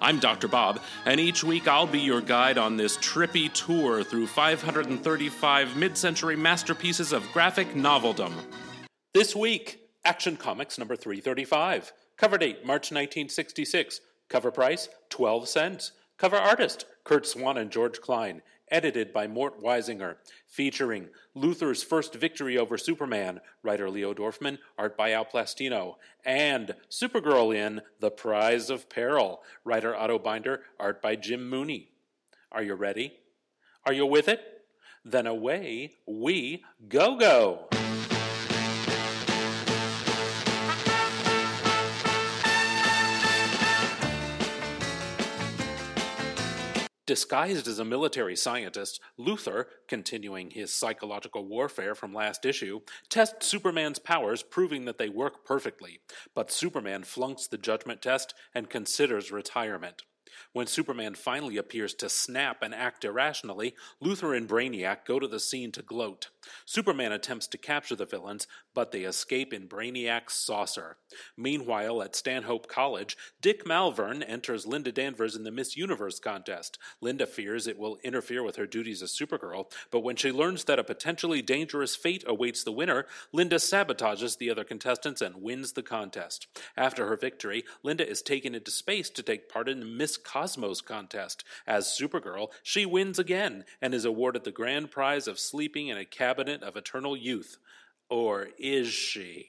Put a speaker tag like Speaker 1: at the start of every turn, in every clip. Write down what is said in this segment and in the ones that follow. Speaker 1: I'm Dr. Bob, and each week I'll be your guide on this trippy tour through 535 mid century masterpieces of graphic noveldom. This week, Action Comics number 335. Cover date March 1966. Cover price 12 cents. Cover artist Kurt Swan and George Klein. Edited by Mort Weisinger. Featuring Luther's first victory over Superman, writer Leo Dorfman, art by Al Plastino, and Supergirl in The Prize of Peril, writer Otto Binder, art by Jim Mooney. Are you ready? Are you with it? Then away we go go! Disguised as a military scientist, Luther, continuing his psychological warfare from last issue, tests Superman's powers, proving that they work perfectly. But Superman flunks the judgment test and considers retirement. When Superman finally appears to snap and act irrationally, Luther and Brainiac go to the scene to gloat. Superman attempts to capture the villains, but they escape in Brainiac's saucer. Meanwhile, at Stanhope College, Dick Malvern enters Linda Danvers in the Miss Universe contest. Linda fears it will interfere with her duties as Supergirl, but when she learns that a potentially dangerous fate awaits the winner, Linda sabotages the other contestants and wins the contest. After her victory, Linda is taken into space to take part in the Miss Cosmos contest. As Supergirl, she wins again and is awarded the grand prize of sleeping in a cabinet of eternal youth. Or is she?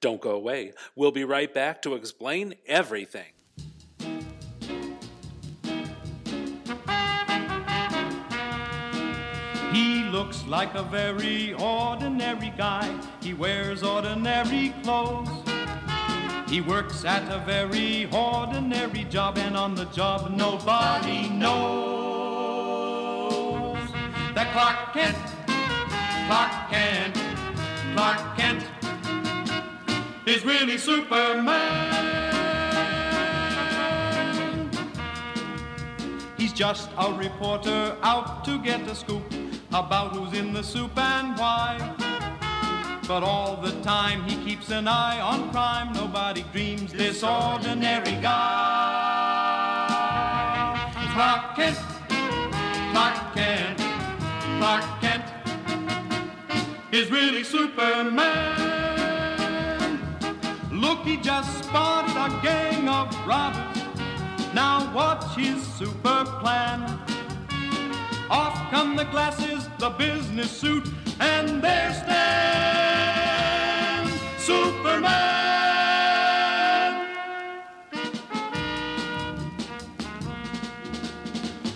Speaker 1: Don't go away. We'll be right back to explain everything.
Speaker 2: He looks like a very ordinary guy. He wears ordinary clothes. He works at a very ordinary job, and on the job nobody knows. That Clark Kent, Clark Kent, Clark Kent is really Superman. He's just a reporter out to get a scoop about who's in the soup and why. But all the time he keeps an eye on crime. Nobody dreams this ordinary guy. Clark Kent, Clark Kent, Clark Kent is really Superman. Look, he just spotted a gang of robbers. Now watch his super plan. Off come the glasses, the business suit, and there stands Superman.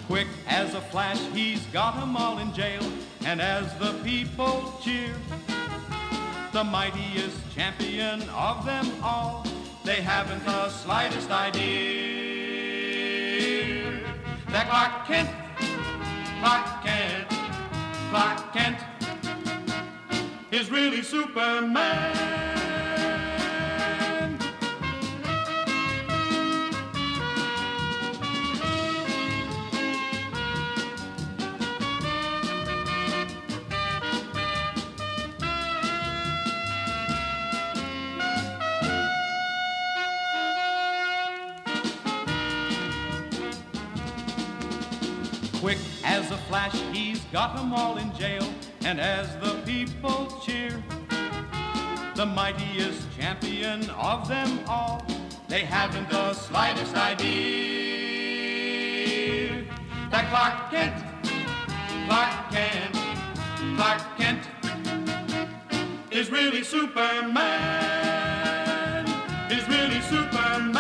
Speaker 2: Quick as a flash, he's got 'em all in jail, and as the people cheer, the mightiest champion of them all, they haven't the slightest idea that Clark Kent Clark Kent, Clark Kent is really Superman. Quick as a flash, he's got 'em all in jail. And as the people cheer, the mightiest champion of them all, they haven't the slightest idea that Clark Kent, Clark Kent, Clark Kent is really Superman. Is really Superman.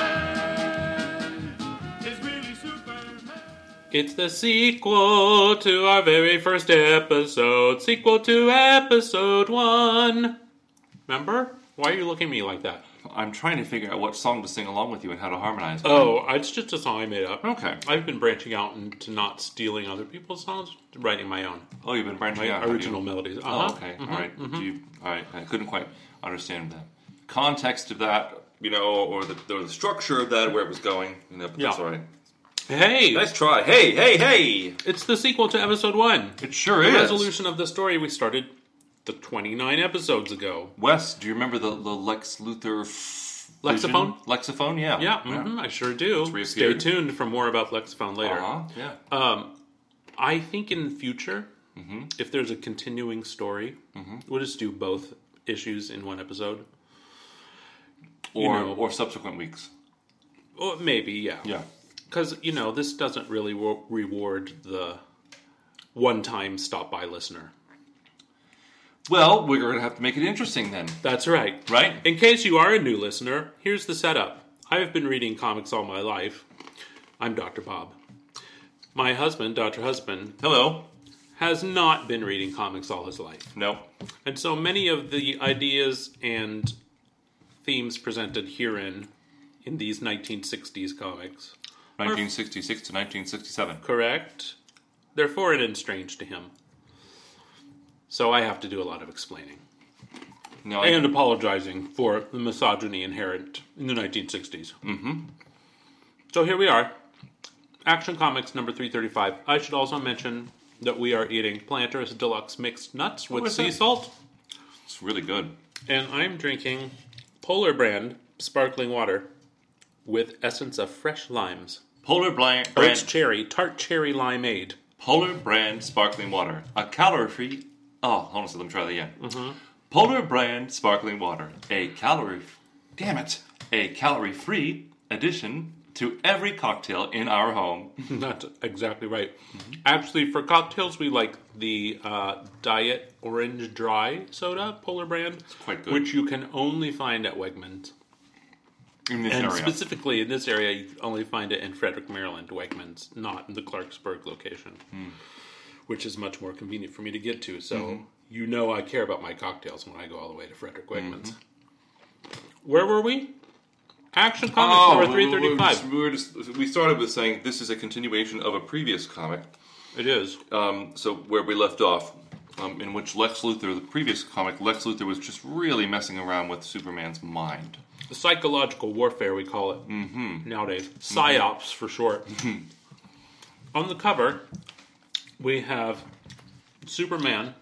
Speaker 2: Is really Superman.
Speaker 1: It's the sequel to our very first episode. Sequel to episode one. Remember? Why are you looking at me like that?
Speaker 3: I'm trying to figure out what song to sing along with you and how to harmonize.
Speaker 1: Oh, it's just a song I made up.
Speaker 3: Okay.
Speaker 1: I've been branching out into not stealing other people's songs, writing my own.
Speaker 3: Oh, you've been branching out.
Speaker 1: My
Speaker 3: have you?
Speaker 1: original melodies.
Speaker 3: Oh,
Speaker 1: Uh-huh.
Speaker 3: okay. All right. Do you, all right. I couldn't quite understand the context of that, you know, or the, or the structure of that, where it was going. You know, but that's
Speaker 1: Yeah.
Speaker 3: all right.
Speaker 1: Hey,
Speaker 3: Nice try. Hey, hey, hey.
Speaker 1: it's the sequel to episode one.
Speaker 3: It sure is.
Speaker 1: Resolution of the story we started the 29 episodes ago.
Speaker 3: Wes, do you remember the, the Lex Luthor f-
Speaker 1: Lexaphone?
Speaker 3: vision? Lexaphone, yeah.
Speaker 1: Yeah, mhm, I sure do. Stay
Speaker 3: reappeared.
Speaker 1: tuned for more about Lexaphone later.
Speaker 3: Uh-huh. Yeah.
Speaker 1: I think in future,
Speaker 3: Mm-hmm.
Speaker 1: if there's a continuing story, we'll just do both issues in one episode.
Speaker 3: or
Speaker 1: know.
Speaker 3: or subsequent weeks.
Speaker 1: Or maybe, yeah.
Speaker 3: Yeah.
Speaker 1: Because, you know, this doesn't really wo- reward the one time stop by listener.
Speaker 3: Well, we're going to have to make it interesting then.
Speaker 1: That's right.
Speaker 3: Right?
Speaker 1: In case you are a new listener, here's the setup. I have been reading comics all my life. I'm Dr. Bob. My husband, Dr. Husband,
Speaker 3: Hello.
Speaker 1: has not been reading comics all his life.
Speaker 3: No.
Speaker 1: And so many of the ideas and themes presented herein in these 1960s comics,
Speaker 3: 1966 to 1967.
Speaker 1: correct? They're foreign and strange to him. So I have to do a lot of explaining
Speaker 3: No, I-
Speaker 1: and apologizing for the misogyny inherent in the 1960s. Mm-hmm. So here we are, Action Comics number 335. I should also mention that we are eating Planters Deluxe Mixed Nuts with
Speaker 3: is
Speaker 1: sea
Speaker 3: that?
Speaker 1: salt,
Speaker 3: it's really good.
Speaker 1: and I'm drinking Polar Brand sparkling water with essence of fresh limes.
Speaker 3: Polar Brand,
Speaker 1: Or Oh, it's
Speaker 3: brand
Speaker 1: cherry, tart cherry limeade.
Speaker 3: Polar Brand sparkling water, a calorie-free. Oh, hold on, a second, let me try that again.
Speaker 1: Mm-hmm.
Speaker 3: Polar Brand sparkling water, a calorie. Damn it, a calorie-free addition to every cocktail in our home.
Speaker 1: That's exactly right.
Speaker 3: Mm-hmm.
Speaker 1: Actually, for cocktails, we like the uh, Diet Orange Dry soda, Polar Brand,
Speaker 3: quite good.
Speaker 1: which you can only find at Wegmans.
Speaker 3: In this
Speaker 1: And
Speaker 3: area,
Speaker 1: specifically in this area, you can only find it in Frederick, Maryland, Wegmans, not in the Clarksburg location,
Speaker 3: Hmm.
Speaker 1: which is much more convenient for me to get to. So
Speaker 3: Mm-hmm.
Speaker 1: you know I care about my cocktails when I go all the way to Frederick Wegmans. Where were we? Action Comics number
Speaker 3: Mm-hmm. Oh, we- we- we-
Speaker 1: 335.
Speaker 3: We, were just, we started with saying this is a continuation of a previous comic,
Speaker 1: It is.
Speaker 3: um, so where we left off, um, in which Lex Luthor, the previous comic, Lex Luthor was just really messing around with Superman's mind.
Speaker 1: psychological warfare we call it nowadays psyops for short on the cover we have superman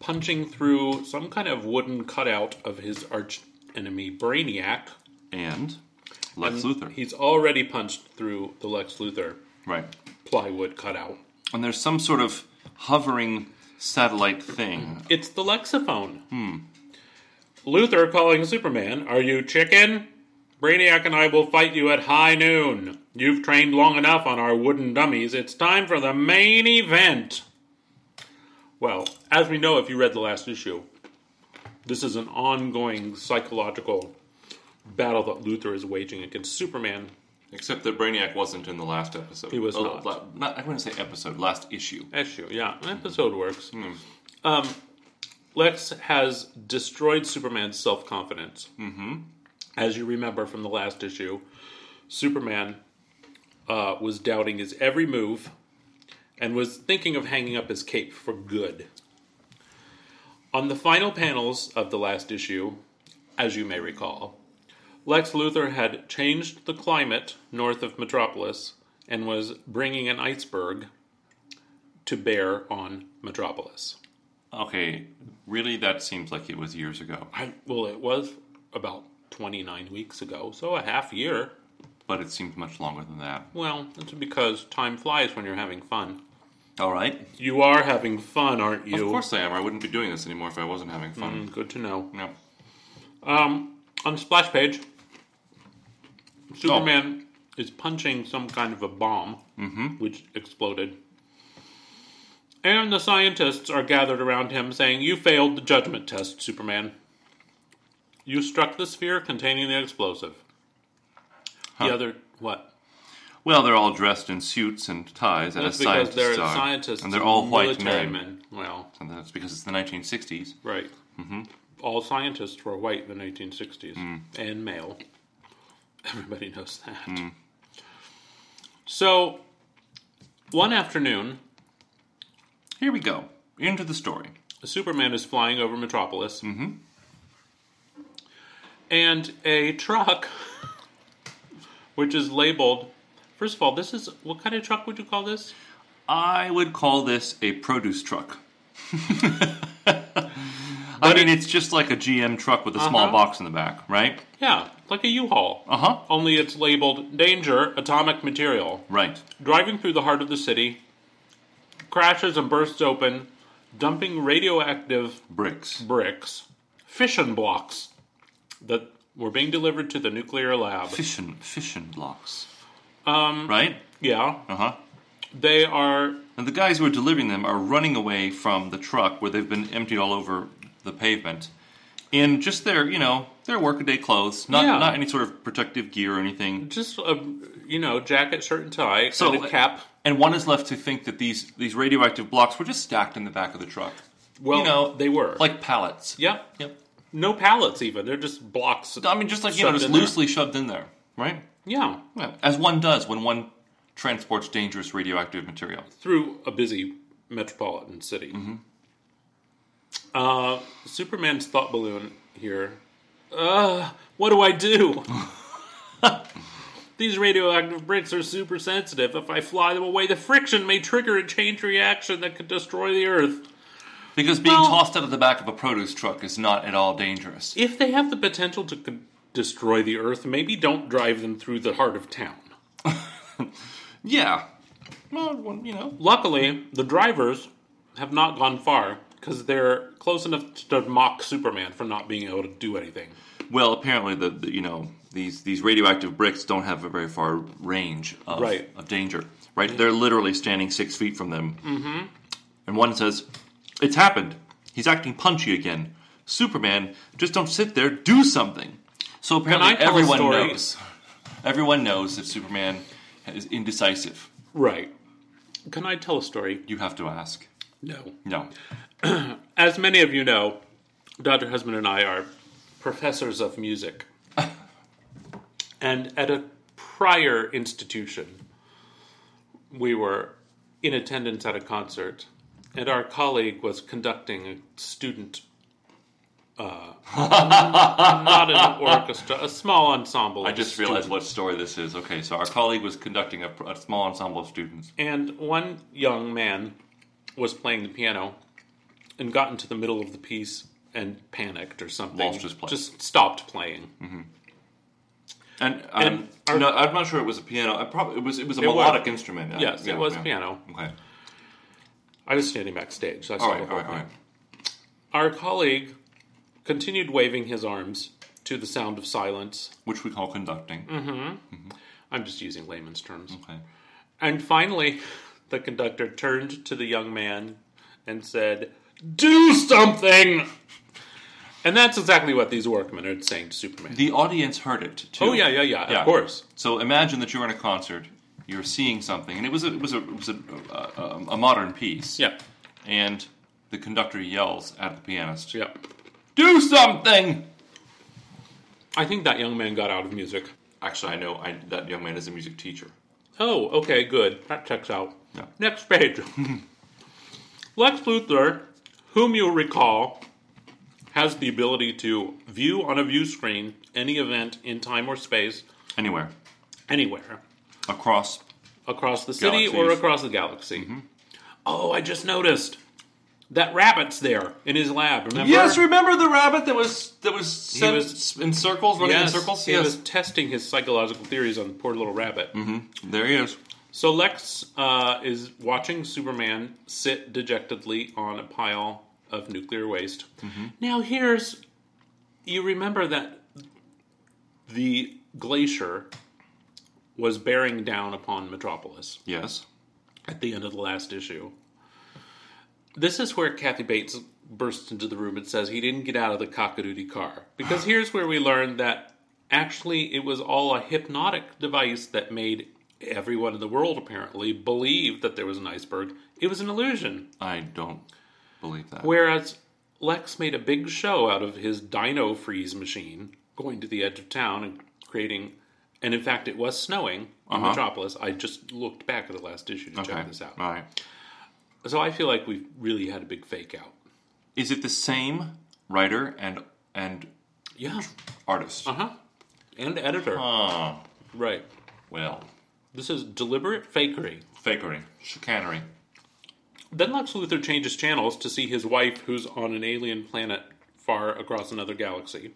Speaker 1: punching through some kind of wooden cutout of his arch enemy brainiac
Speaker 3: And Lex Luthor.
Speaker 1: he's already punched through the lex luthor
Speaker 3: right.
Speaker 1: plywood cutout
Speaker 3: And there's some sort of hovering satellite thing.
Speaker 1: it's the lexophone luthor calling superman are you chicken Brainiac and I will fight you at high noon. You've trained long enough on our wooden dummies. It's time for the main event. Well, as we know if you read the last issue, this is an ongoing psychological battle that Luthor is waging against Superman.
Speaker 3: Except that Brainiac wasn't in the last episode. He
Speaker 1: was not.
Speaker 3: not I wouldn't say episode, last issue.
Speaker 1: Issue, yeah, episode works. Um, Lex has destroyed Superman's self confidence. Mm-hmm. As you remember from the last issue, Superman uh, was doubting his every move and was thinking of hanging up his cape for good. On the final panels of the last issue, as you may recall, Lex Luthor had changed the climate north of Metropolis and was bringing an iceberg to bear on Metropolis.
Speaker 3: Okay, really, that seems like it was years ago.
Speaker 1: I, well, it was about 29 weeks ago, so a half year.
Speaker 3: But it seems much longer than that.
Speaker 1: Well, that's because time flies when you're having fun.
Speaker 3: All right.
Speaker 1: You are having fun, aren't you?
Speaker 3: Of course I am. I wouldn't be doing this anymore if I wasn't having fun.
Speaker 1: Good to know.
Speaker 3: No.
Speaker 1: Um, on the splash page, Superman
Speaker 3: Oh.
Speaker 1: is punching some kind of a bomb,
Speaker 3: Mm-hmm.
Speaker 1: which exploded. And the scientists are gathered around him saying, You failed the judgment test, Superman. You struck the sphere containing the explosive. The other, what?
Speaker 3: Well, they're all dressed in suits and ties,
Speaker 1: That's
Speaker 3: as
Speaker 1: because
Speaker 3: scientists
Speaker 1: they're
Speaker 3: are.
Speaker 1: scientists
Speaker 3: and they're all white
Speaker 1: military
Speaker 3: men.
Speaker 1: men. Well,
Speaker 3: And that's because it's the 1960s.
Speaker 1: right. all scientists were white in the 1860s and male. Everybody knows that. So, one afternoon,
Speaker 3: Here we go. Into the story.
Speaker 1: Superman is flying over Metropolis, and a truck, which is labeled. First of all, this is what kind of truck would you call this?
Speaker 3: I would call this a produce truck. I mean, it's just like a GM truck with a small
Speaker 1: Uh-huh.
Speaker 3: box in the back, right?
Speaker 1: Yeah, like a U-Haul.
Speaker 3: Uh huh.
Speaker 1: Only it's labeled "Danger: Atomic Material."
Speaker 3: Right.
Speaker 1: driving through the heart of the city, crashes and bursts open, dumping radioactive
Speaker 3: Bricks.
Speaker 1: bricks, fission blocks that were being delivered to the nuclear lab.
Speaker 3: Fission. Fission blocks. Um. Right.
Speaker 1: Yeah,
Speaker 3: Uh huh.
Speaker 1: they are.
Speaker 3: And the guys who are delivering them are running away from the truck where they've been emptied all over the pavement in just their, you know, their workaday clothes, not
Speaker 1: Yeah.
Speaker 3: not any sort of protective gear or anything.
Speaker 1: Just a you know jacket, shirt, and tie,
Speaker 3: So-
Speaker 1: and a cap.
Speaker 3: And one is left to think that these these radioactive blocks were just stacked in the back of the truck,
Speaker 1: Well,
Speaker 3: you know,
Speaker 1: they were
Speaker 3: like pallets.
Speaker 1: yeah,
Speaker 3: Yep.
Speaker 1: no pallets even. They're just blocks.
Speaker 3: I mean, just like you know,
Speaker 1: Shoved
Speaker 3: just
Speaker 1: in there.
Speaker 3: loosely shoved in there, right?
Speaker 1: Yeah,
Speaker 3: Yeah. As one does when one transports dangerous radioactive material.
Speaker 1: through a busy metropolitan city. Uh, Superman's thought balloon here. Uh, what do I do? These radioactive bricks are super sensitive. If I fly them away, the friction may trigger a chain reaction that could destroy the Earth.
Speaker 3: Because being
Speaker 1: Well-
Speaker 3: tossed out of the back of a produce truck is not at all dangerous.
Speaker 1: If they have the potential to con- destroy the Earth, maybe don't drive them through the heart of town.
Speaker 3: Yeah. Well, one- you know.
Speaker 1: Luckily, the drivers have not gone far because they're close enough to mock Superman for not being able to do anything.
Speaker 3: Well, apparently the, the you know these these radioactive bricks don't have a very far range of,
Speaker 1: Right.
Speaker 3: of danger. Right? They're literally standing six feet from them. Mm-hmm. And one says, "It's happened. He's acting punchy again. Superman, just don't sit there. Do something." So apparently
Speaker 1: I tell a
Speaker 3: everyone
Speaker 1: story?
Speaker 3: knows. Everyone knows that Superman is indecisive.
Speaker 1: Right. Can I tell a story?
Speaker 3: You have to ask.
Speaker 1: No.
Speaker 3: No.
Speaker 1: As many of you know, Dr. Husband and I are professors of music. and at a prior institution, we were in attendance at a concert, and our colleague was conducting a student. Uh, not an orchestra, a small ensemble.
Speaker 3: I just realized what story this is. Okay, so our colleague was conducting a, a small ensemble of students.
Speaker 1: And one young man was playing the piano and got into the middle of the piece and panicked or something.
Speaker 3: Lost his place.
Speaker 1: Just stopped playing.
Speaker 3: And, um,
Speaker 1: And our-
Speaker 3: no, I'm not sure it was a piano. I probably it was it was a
Speaker 1: was.
Speaker 3: melodic instrument. Uh,
Speaker 1: Yes,
Speaker 3: yeah,
Speaker 1: it was
Speaker 3: yeah.
Speaker 1: piano.
Speaker 3: Okay.
Speaker 1: I was standing backstage. so I saw
Speaker 3: All
Speaker 1: the
Speaker 3: right.
Speaker 1: whole
Speaker 3: All right. All
Speaker 1: thing.
Speaker 3: right.
Speaker 1: Our colleague continued waving his arms to the sound of silence.
Speaker 3: Which we call conducting.
Speaker 1: Mm. I'm just using layman's terms.
Speaker 3: Okay.
Speaker 1: And finally, the conductor turned to the young man and said, Do something! And that's exactly what these workmen are saying to Superman.
Speaker 3: The audience heard it too.
Speaker 1: Oh, yeah, yeah, yeah,
Speaker 3: Yeah.
Speaker 1: of course.
Speaker 3: So imagine that you're in a concert, you're seeing something, and it was a, it was a it was a, a, um, a, a modern piece.
Speaker 1: Yeah,
Speaker 3: And the conductor yells at the pianist,
Speaker 1: yeah.
Speaker 3: "Do something!"
Speaker 1: I think that young man got out of music.
Speaker 3: Actually, I know I, that young man is a music teacher.
Speaker 1: Oh, okay, good. That checks out.
Speaker 3: Yeah.
Speaker 1: Next page. Lex Luthor, whom you'll recall, has the ability to view on a view screen any event in time or space,
Speaker 3: Anywhere
Speaker 1: anywhere,
Speaker 3: across.
Speaker 1: across the city or
Speaker 3: Galaxies. Mm-hmm.
Speaker 1: across the galaxy. Oh, I just noticed. That rabbit's there in his lab, remember?
Speaker 3: Yes, remember the rabbit that was that was, set
Speaker 1: was-
Speaker 3: in circles, running
Speaker 1: Yes,
Speaker 3: in circles.
Speaker 1: he was testing his psychological theories on the poor little rabbit.
Speaker 3: there he is.
Speaker 1: So Lex uh, is watching Superman sit dejectedly on a pile of nuclear waste. Now, here's you remember that the glacier was bearing down upon Metropolis
Speaker 3: Yes.
Speaker 1: at the end of the last issue. This is where Kathy Bates bursts into the room and says he didn't get out of the cockadoodie car. Because here's where we learn that actually it was all a hypnotic device that made everyone in the world apparently believe that there was an iceberg. It was an illusion.
Speaker 3: I don't believe that.
Speaker 1: Whereas Lex made a big show out of his dino freeze machine going to the edge of town and creating. And in fact, it was snowing in
Speaker 3: Uh-huh.
Speaker 1: Metropolis. I just looked back at the last issue to
Speaker 3: Okay.
Speaker 1: check this out.
Speaker 3: All right.
Speaker 1: So I feel like we've really had a big fake out.
Speaker 3: Is it the same writer and and
Speaker 1: Yeah.
Speaker 3: artist?
Speaker 1: Uh huh. And editor.
Speaker 3: Ah,
Speaker 1: Right.
Speaker 3: well,
Speaker 1: This is deliberate fakery.
Speaker 3: fakery, chicanery.
Speaker 1: Then Lex Luthor changes channels to see his wife, who's on an alien planet far across another galaxy,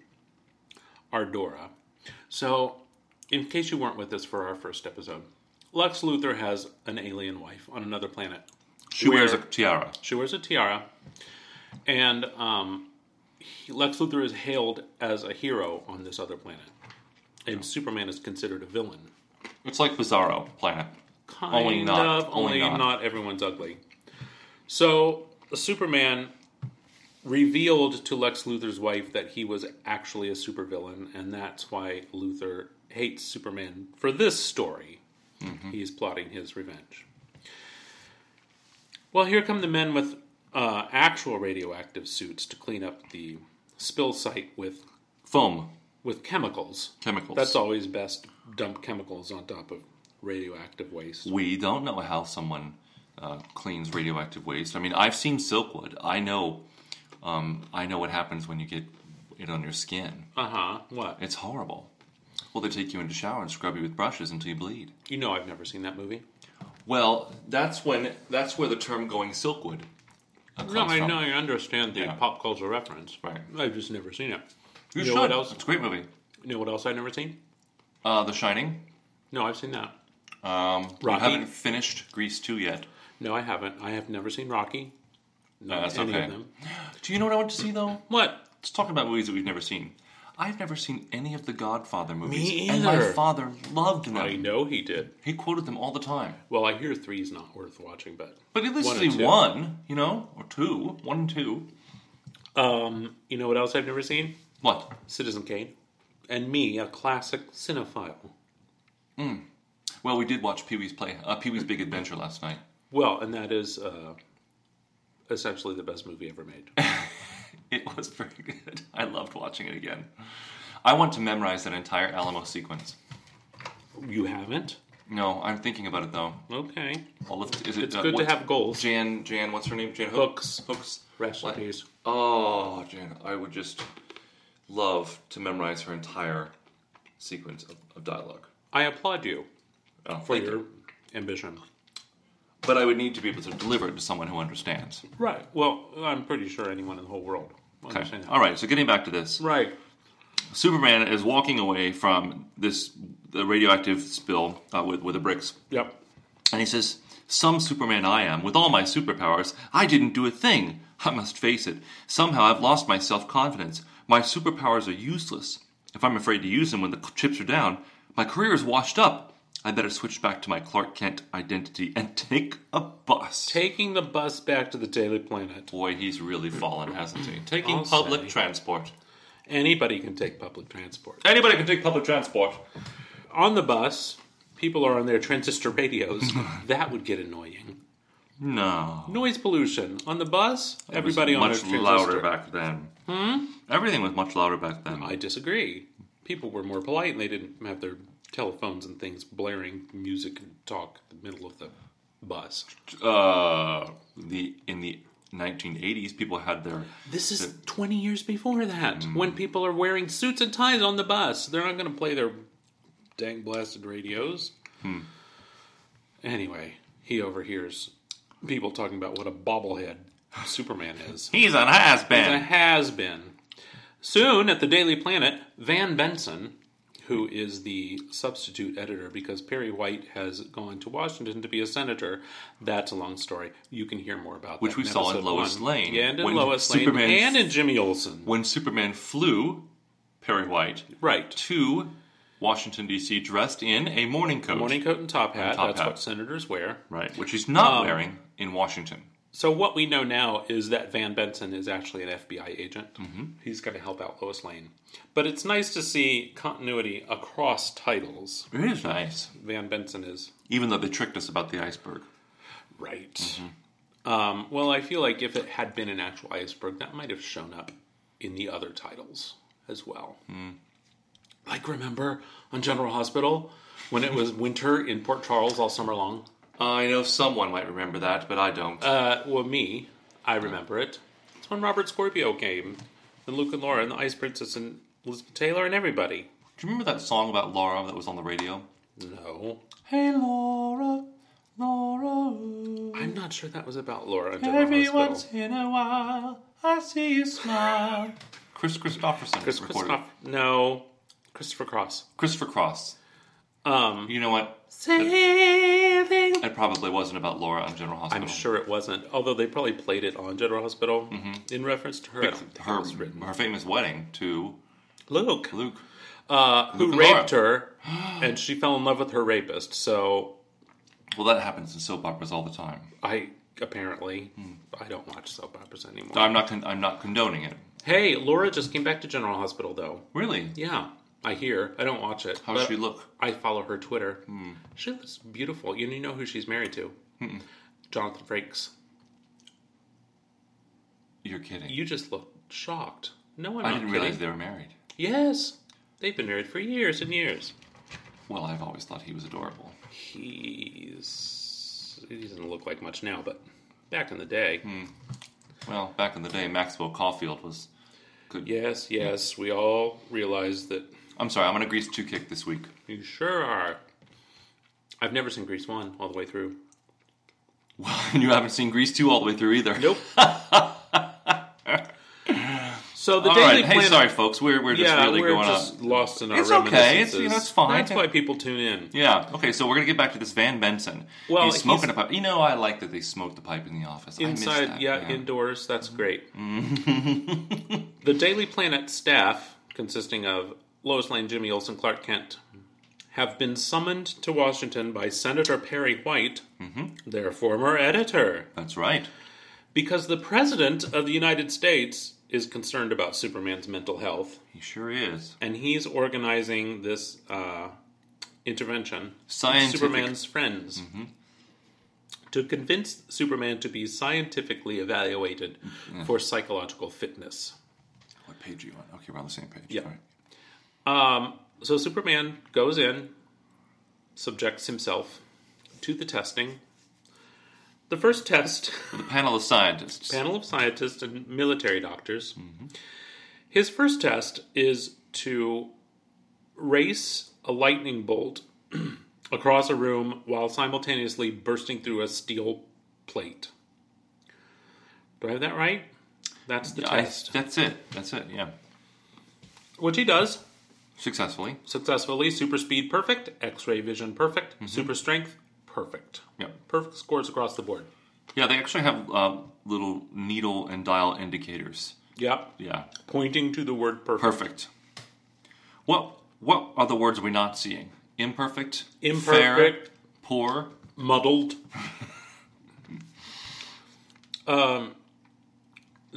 Speaker 1: Ardora. So, in case you weren't with us for our first episode, Lex Luthor has an alien wife on another planet.
Speaker 3: She wears a tiara.
Speaker 1: She wears a tiara, and um, he- Lex Luthor is hailed as a hero on this other planet, and Superman is considered a villain.
Speaker 3: It's like Bizarro Planet.
Speaker 1: Kind
Speaker 3: Only not.
Speaker 1: of,
Speaker 3: Only
Speaker 1: only,
Speaker 3: not.
Speaker 1: not. everyone's ugly. So Superman revealed to Lex Luthor's wife that he was actually a supervillain, and that's why Luthor hates Superman for this story.
Speaker 3: Mm-hmm.
Speaker 1: He's plotting his revenge. Well, here come the men with uh, actual radioactive suits to clean up the spill site with
Speaker 3: Foam
Speaker 1: with chemicals.
Speaker 3: chemicals.
Speaker 1: That's always best. Dump chemicals on top of radioactive waste.
Speaker 3: We don't know how someone uh, cleans radioactive waste. I mean, I've seen Silkwood. I know. Um, I know what happens when you get it on your skin.
Speaker 1: Uh
Speaker 3: Uh-huh.
Speaker 1: huh. What?
Speaker 3: It's horrible. Well, they take you into shower and scrub you with brushes until you bleed.
Speaker 1: You know I've never seen that movie.
Speaker 3: Well, that's when that's where the term "going Silkwood" uh, comes
Speaker 1: No, I
Speaker 3: from.
Speaker 1: know. I understand the
Speaker 3: Yeah.
Speaker 1: pop culture reference.
Speaker 3: Right.
Speaker 1: I've just never seen it.
Speaker 3: You
Speaker 1: know
Speaker 3: should.
Speaker 1: what else?
Speaker 3: It's a great movie.
Speaker 1: You know what else I've never seen?
Speaker 3: Uh, the Shining.
Speaker 1: No, I've seen that.
Speaker 3: Um, you
Speaker 1: Rocky.
Speaker 3: haven't finished Grease two yet.
Speaker 1: No, I haven't. I have never seen Rocky. Not
Speaker 3: that's
Speaker 1: any
Speaker 3: okay.
Speaker 1: of them.
Speaker 3: Do you know what I want to see though?
Speaker 1: What?
Speaker 3: Let's talk about movies that we've never seen. I've never seen any of the Godfather movies,
Speaker 1: Me
Speaker 3: and my
Speaker 1: either.
Speaker 3: father loved them.
Speaker 1: I know he did.
Speaker 3: He quoted them all the time.
Speaker 1: Well, I hear three's not worth watching, but
Speaker 3: But at least
Speaker 1: One or
Speaker 3: see
Speaker 1: two.
Speaker 3: one, you know, or two, one and two.
Speaker 1: um, you know what else I've never seen?
Speaker 3: What?
Speaker 1: Citizen Kane, and me, a classic cinephile.
Speaker 3: Well, we did watch Pee Wee's play, uh, Pee Wee's Big Adventure last night.
Speaker 1: Well, and that is uh, essentially the best movie ever made.
Speaker 3: It was pretty good. I loved watching it again. I want to memorize that entire Alamo sequence.
Speaker 1: you haven't?
Speaker 3: No, I'm thinking about it though.
Speaker 1: Okay.
Speaker 3: All of, is it, uh,
Speaker 1: It's good to
Speaker 3: what's-
Speaker 1: have goals.
Speaker 3: Jan, Jan, what's her name? Jan Hook?
Speaker 1: Hooks.
Speaker 3: Hooks.
Speaker 1: Rest in
Speaker 3: What?
Speaker 1: peace.
Speaker 3: Oh, Jan, I would just love to memorize her entire sequence of, of dialogue.
Speaker 1: I applaud you
Speaker 3: Oh,
Speaker 1: for
Speaker 3: thank
Speaker 1: your
Speaker 3: you.
Speaker 1: ambition.
Speaker 3: But I would need to be able to deliver it to someone who understands.
Speaker 1: Right. Well, I'm pretty sure anyone in the whole world will
Speaker 3: Okay.
Speaker 1: understand that.
Speaker 3: All right. So getting back to this,
Speaker 1: Right.
Speaker 3: Superman is walking away from this the radioactive spill uh, with with the bricks,
Speaker 1: Yep.
Speaker 3: and he says, "Some Superman I am. With all my superpowers, I didn't do a thing. I must face it. Somehow I've lost my self confidence. My superpowers are useless. If I'm afraid to use them when the chips are down, my career is washed up." I better switch back to my Clark Kent identity and take a bus.
Speaker 1: Taking the bus back to the Daily Planet.
Speaker 3: Boy, he's really fallen, hasn't he? Taking
Speaker 1: I'll
Speaker 3: public
Speaker 1: say.
Speaker 3: transport.
Speaker 1: Anybody can take public transport.
Speaker 3: Anybody can take public transport.
Speaker 1: On the bus, people are on their transistor radios. that would get annoying.
Speaker 3: No.
Speaker 1: Noise pollution. On the bus,
Speaker 3: It was
Speaker 1: everybody on their
Speaker 3: much
Speaker 1: transistor.
Speaker 3: louder back then. Hmm? Everything was much louder back then.
Speaker 1: I disagree. People were more polite and they didn't have their telephones and things blaring music and talk in the middle of the bus.
Speaker 3: Uh, the in the 1980s, people had their
Speaker 1: This is 20 years before that, when people are wearing suits and ties on the bus. They're not going to play their dang blasted radios. Anyway, he overhears people talking about what a bobblehead Superman is.
Speaker 3: he's an has
Speaker 1: a
Speaker 3: been.
Speaker 1: has been. Soon at the Daily Planet, Van Benson, who is the substitute editor because Perry White has gone to Washington to be a senator, that's a long story. You can hear more about
Speaker 3: Which
Speaker 1: that
Speaker 3: we
Speaker 1: in
Speaker 3: saw in
Speaker 1: episode
Speaker 3: Lois
Speaker 1: one.
Speaker 3: Lane,
Speaker 1: Yeah, and in
Speaker 3: when
Speaker 1: Lois
Speaker 3: Superman-
Speaker 1: Lane, and in Jimmy Olsen.
Speaker 3: When Superman flew Perry White
Speaker 1: Right.
Speaker 3: to Washington D.C. dressed in a morning coat,
Speaker 1: Morning coat and top hat.
Speaker 3: top
Speaker 1: that's
Speaker 3: hat.
Speaker 1: what senators wear.
Speaker 3: right, which he's not
Speaker 1: Um,
Speaker 3: wearing in Washington.
Speaker 1: So what we know now is that Van Benson is actually an FBI agent. Mm-hmm. He's going to help out Lois Lane. But it's nice to see continuity across titles.
Speaker 3: It is nice,
Speaker 1: Van Benson is
Speaker 3: even though they tricked us about the iceberg.
Speaker 1: right. Um, well, I feel like if it had been an actual iceberg, that might have shown up in the other titles as well.
Speaker 3: Hmm.
Speaker 1: Like, remember on General Hospital when it was winter in Port Charles all summer long?
Speaker 3: I know someone might remember that, but I don't.
Speaker 1: Uh, well, me, I remember it. It's when Robert Scorpio came, and Luke and Laura, and the Ice Princess, and Elizabeth Taylor, and everybody.
Speaker 3: Do you remember that song about Laura that was on the radio?
Speaker 1: No,
Speaker 3: Hey Laura, Laura.
Speaker 1: I'm not sure that was about Laura on General
Speaker 3: Every
Speaker 1: Hospital.
Speaker 3: once in a while, I see you smile. Chris Christopherson
Speaker 1: Chris
Speaker 3: recorded.
Speaker 1: Christoph- no, Christopher Cross.
Speaker 3: Christopher Cross.
Speaker 1: Um,
Speaker 3: You know what?
Speaker 1: saving
Speaker 3: It probably wasn't about Laura on General Hospital.
Speaker 1: I'm sure it wasn't. Although they probably played it on General Hospital in reference to her. I don't think it
Speaker 3: Mm-hmm. her
Speaker 1: was written.
Speaker 3: her famous wedding to
Speaker 1: Luke,
Speaker 3: Luke.
Speaker 1: uh, who
Speaker 3: Luke and
Speaker 1: raped her, and she fell in love with her rapist. So
Speaker 3: Well, that happens in soap operas all the time.
Speaker 1: I apparently I don't watch soap operas anymore.
Speaker 3: Hmm. I'm not. Con- I'm not condoning it.
Speaker 1: hey, Laura just came back to General Hospital though.
Speaker 3: Really?
Speaker 1: Yeah, I hear. I don't watch it.
Speaker 3: How
Speaker 1: but
Speaker 3: does she Hmm. look?
Speaker 1: I follow her Twitter. She looks beautiful. You know who she's married to? Jonathan Frakes.
Speaker 3: You're kidding.
Speaker 1: You just look shocked. No, I'm
Speaker 3: I
Speaker 1: not
Speaker 3: didn't
Speaker 1: kidding.
Speaker 3: realize they were married.
Speaker 1: Yes. They've been married for years and years.
Speaker 3: Well, I've always thought he was adorable.
Speaker 1: He's he doesn't look like much now, but back in the day.
Speaker 3: Hmm. Well, back in the day, Maxwell Caulfield was good.
Speaker 1: Yes, yes, we all realize that
Speaker 3: I'm sorry. I'm gonna grease two kick this week.
Speaker 1: you sure are. I've never seen Grease One all the way through.
Speaker 3: Well, you haven't seen Grease two all the way through either.
Speaker 1: Nope. so the
Speaker 3: All
Speaker 1: Daily
Speaker 3: right. Hey,
Speaker 1: Planet.
Speaker 3: sorry, folks. We're we're just
Speaker 1: yeah,
Speaker 3: really
Speaker 1: we're
Speaker 3: going
Speaker 1: just
Speaker 3: up.
Speaker 1: lost in our
Speaker 3: It's okay, it's-
Speaker 1: reminiscences.
Speaker 3: you know, it's fine.
Speaker 1: That's why people tune in.
Speaker 3: Yeah. Okay. So we're gonna get back to this Van Benson.
Speaker 1: Well,
Speaker 3: he's smoking
Speaker 1: he's-
Speaker 3: a pipe. You know, I like that they smoked the pipe in the office. I miss that.
Speaker 1: Inside,
Speaker 3: Mm-hmm.
Speaker 1: yeah, indoors, that's great. the Daily Planet staff, consisting of Lois Lane, Jimmy Olsen, Clark Kent, have been summoned to Washington by Senator Perry White,
Speaker 3: Mm-hmm.
Speaker 1: their former editor,
Speaker 3: That's right.
Speaker 1: because the President of the United States is concerned about Superman's mental health,
Speaker 3: He sure is.
Speaker 1: and he's organizing this uh, intervention.
Speaker 3: Scientific.
Speaker 1: Superman's friends to convince Superman to be scientifically evaluated for psychological fitness.
Speaker 3: What page are you on? Okay, we're on the same page.
Speaker 1: Yeah.
Speaker 3: All right.
Speaker 1: Um, so Superman goes in, subjects himself to the testing. The first test,
Speaker 3: The panel of scientists.
Speaker 1: panel of scientists and military doctors.
Speaker 3: Mm-hmm.
Speaker 1: His first test is to race a lightning bolt across a room while simultaneously bursting through a steel plate. Do I have that right? That's the
Speaker 3: Yeah, I-
Speaker 1: test.
Speaker 3: that's it. That's it. Yeah.
Speaker 1: Which he does
Speaker 3: Successfully.
Speaker 1: successfully. Super speed, perfect. X ray vision, perfect.
Speaker 3: Mm-hmm.
Speaker 1: Super strength, perfect.
Speaker 3: Yep.
Speaker 1: Perfect scores across the board.
Speaker 3: Yeah, they actually have uh, little needle and dial indicators.
Speaker 1: Yep.
Speaker 3: Yeah.
Speaker 1: Pointing to the word perfect.
Speaker 3: Perfect. What What are the words we're not seeing? Imperfect.
Speaker 1: Imperfect.
Speaker 3: Fair, poor.
Speaker 1: muddled. um,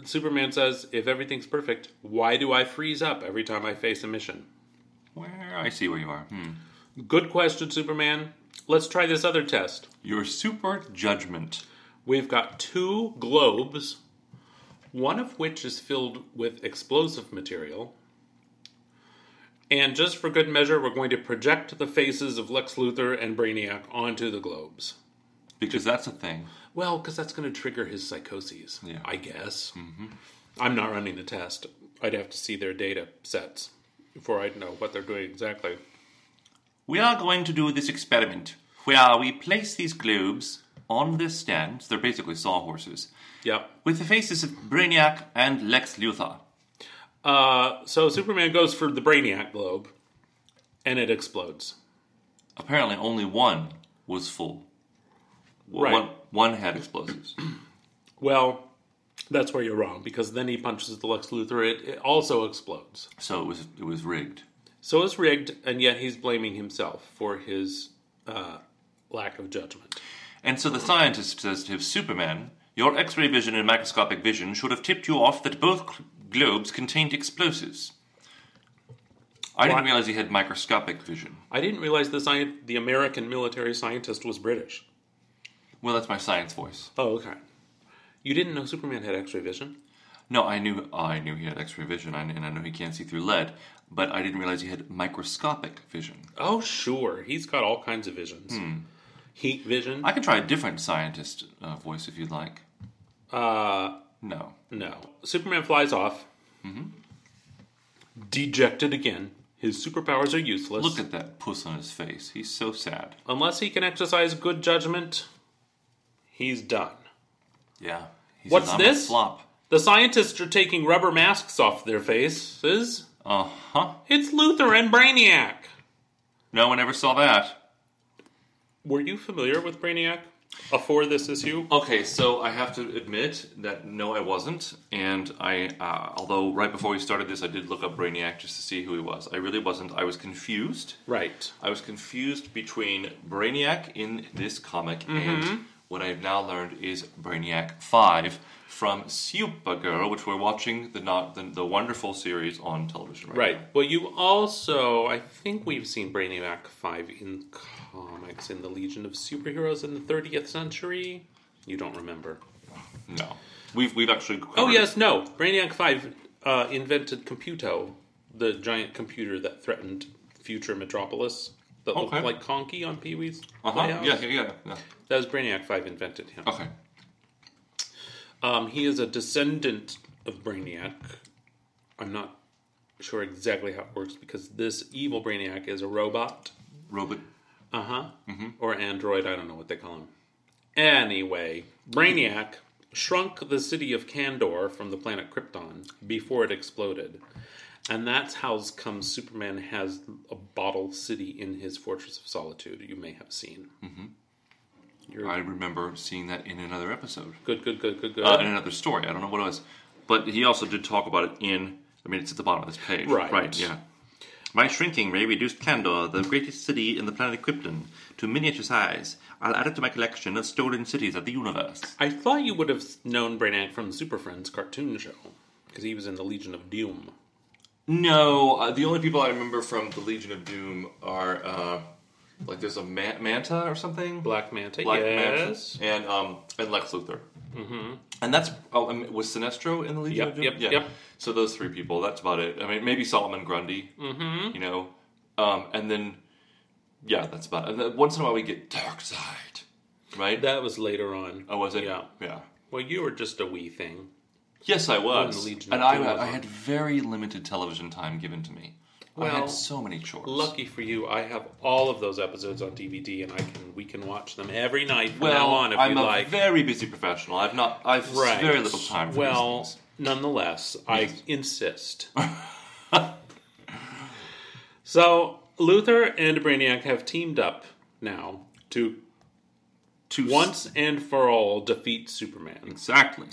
Speaker 1: Superman says, "If everything's perfect, why do I freeze up every time I face a mission?"
Speaker 3: Where I see where you are. Hmm.
Speaker 1: Good question, Superman. Let's try this other test.
Speaker 3: Your super judgment.
Speaker 1: We've got two globes, one of which is filled with explosive material. And just for good measure, we're going to project the faces of Lex Luthor and Brainiac onto the globes.
Speaker 3: Because that's a thing.
Speaker 1: Well, because that's going to trigger his psychoses,
Speaker 3: Yeah.
Speaker 1: I guess. I'm not running the test. I'd have to see their data sets before I'd know what they're doing exactly.
Speaker 3: We are going to do this experiment where we place these globes on this stand. They're basically sawhorses.
Speaker 1: Yeah.
Speaker 3: With the faces of Brainiac and Lex Luthor.
Speaker 1: Uh, so Superman goes for the Brainiac globe, and it explodes.
Speaker 3: Apparently, only one was full.
Speaker 1: Right.
Speaker 3: One, one had explosives.
Speaker 1: Well, that's where you're wrong because then he punches the Lex Luthor. It, it also explodes.
Speaker 3: so it was it was rigged.
Speaker 1: So it's rigged, and yet he's blaming himself for his uh, lack of judgment.
Speaker 3: And so the scientist says to him, Superman, your X ray vision and microscopic vision should have tipped you off that both cl- globes contained explosives. I
Speaker 1: Why-
Speaker 3: didn't realize he had microscopic vision.
Speaker 1: I didn't realize the sci- the American military scientist was British.
Speaker 3: Well, that's my science voice.
Speaker 1: Oh, okay. You didn't know Superman had X-ray vision.
Speaker 3: No, I knew oh, I knew he had X-ray vision, I- and I know he can't see through lead, but I didn't realize he had microscopic vision.
Speaker 1: Oh, sure. He's got all kinds of visions. Heat vision.
Speaker 3: I can try a different scientist uh, voice if you'd like.
Speaker 1: uh,
Speaker 3: No.
Speaker 1: no. Superman flies off. Mm-hmm. Dejected again. His superpowers are useless.
Speaker 3: Look at that puss on his face. He's so sad.
Speaker 1: Unless he can exercise good judgment, he's done.
Speaker 3: Yeah. He's
Speaker 1: What's
Speaker 3: an
Speaker 1: this?
Speaker 3: Flop.
Speaker 1: The scientists are taking rubber masks off their faces.
Speaker 3: Uh huh.
Speaker 1: It's Luther and Brainiac.
Speaker 3: No one ever saw that.
Speaker 1: Were you familiar with Brainiac before this issue?
Speaker 3: Okay, so I have to admit that no, I wasn't. And I, uh, although right before we started this, I did look up Brainiac just to see who he was. I really wasn't. I was confused.
Speaker 1: Right.
Speaker 3: I was confused between Brainiac in this comic and what I have now learned is Brainiac 5 from Supergirl, which we're watching the not the, the wonderful series on television right,
Speaker 1: Right.
Speaker 3: now.
Speaker 1: Well, you also, I think we've seen Brainiac 5 in comics in the Legion of Superheroes in the 30th century. You don't remember.
Speaker 3: No. We've, we've actually
Speaker 1: Oh,
Speaker 3: covered-
Speaker 1: yes, no. Brainiac 5 uh, invented Computo, the giant computer that threatened future Metropolis that
Speaker 3: Okay.
Speaker 1: looked like Conky on Pee Wee's.
Speaker 3: Uh-huh.
Speaker 1: Playhouse.
Speaker 3: Yeah, yeah, yeah, yeah.
Speaker 1: That was Brainiac 5 invented him.
Speaker 3: Okay.
Speaker 1: Um, he is a descendant of Brainiac. I'm not sure exactly how it works because this evil Brainiac is a robot.
Speaker 3: Robot.
Speaker 1: Uh huh.
Speaker 3: Mm-hmm.
Speaker 1: Or android. I don't know what they call him. Anyway, Brainiac shrunk the city of Kandor from the planet Krypton before it exploded. And that's how comes Superman has a bottle city in his Fortress of Solitude, you may have seen.
Speaker 3: Hmm. I remember seeing that in another episode.
Speaker 1: Good, good, good, good, good.
Speaker 3: uh, in another story. I don't know what it was, but he also did talk about it in. I mean, it's at the bottom of this page,
Speaker 1: Right.
Speaker 3: Right. Yeah. My shrinking ray reduced Kandor, the greatest city in the planet Krypton, to miniature size. I'll add it to my collection of stolen cities of the universe.
Speaker 1: I thought you would have known Brainiac from the Super Friends cartoon show because he was in the Legion of Doom.
Speaker 3: No, uh, the only people I remember from the Legion of Doom are uh, like there's a Ma- Manta or something,
Speaker 1: Black Manta,
Speaker 3: Black
Speaker 1: yes.
Speaker 3: Manta, and um, and Lex Luthor. Mm-hmm. And that's oh, I mean, was Sinestro in the Legion
Speaker 1: Yep,
Speaker 3: of Doom?
Speaker 1: yep, yep.
Speaker 3: So those three people. That's about it. I mean, maybe Solomon Grundy. Mm-hmm. You know, um, and then yeah, that's about it. And then once in a while we get Dark Side, right?
Speaker 1: That was later on.
Speaker 3: oh, was it?
Speaker 1: Yeah.
Speaker 3: yeah.
Speaker 1: Well, you were just a wee thing.
Speaker 3: Yes, I
Speaker 1: When
Speaker 3: was,
Speaker 1: the Legion
Speaker 3: and
Speaker 1: of
Speaker 3: I,
Speaker 1: Doom was
Speaker 3: I
Speaker 1: on.
Speaker 3: had very limited television time given to me. I
Speaker 1: Well,
Speaker 3: had so many chores.
Speaker 1: Lucky for you, I have all of those episodes on DVD, and I can we can watch them every night from
Speaker 3: well,
Speaker 1: now on if
Speaker 3: I'm
Speaker 1: you
Speaker 3: a
Speaker 1: like.
Speaker 3: very busy professional. I've not. I've
Speaker 1: right.
Speaker 3: very little time. For
Speaker 1: well,
Speaker 3: these things.
Speaker 1: nonetheless, I insist. so Luther and Brainiac have teamed up now to
Speaker 3: to
Speaker 1: once and for all defeat Superman.
Speaker 3: Exactly.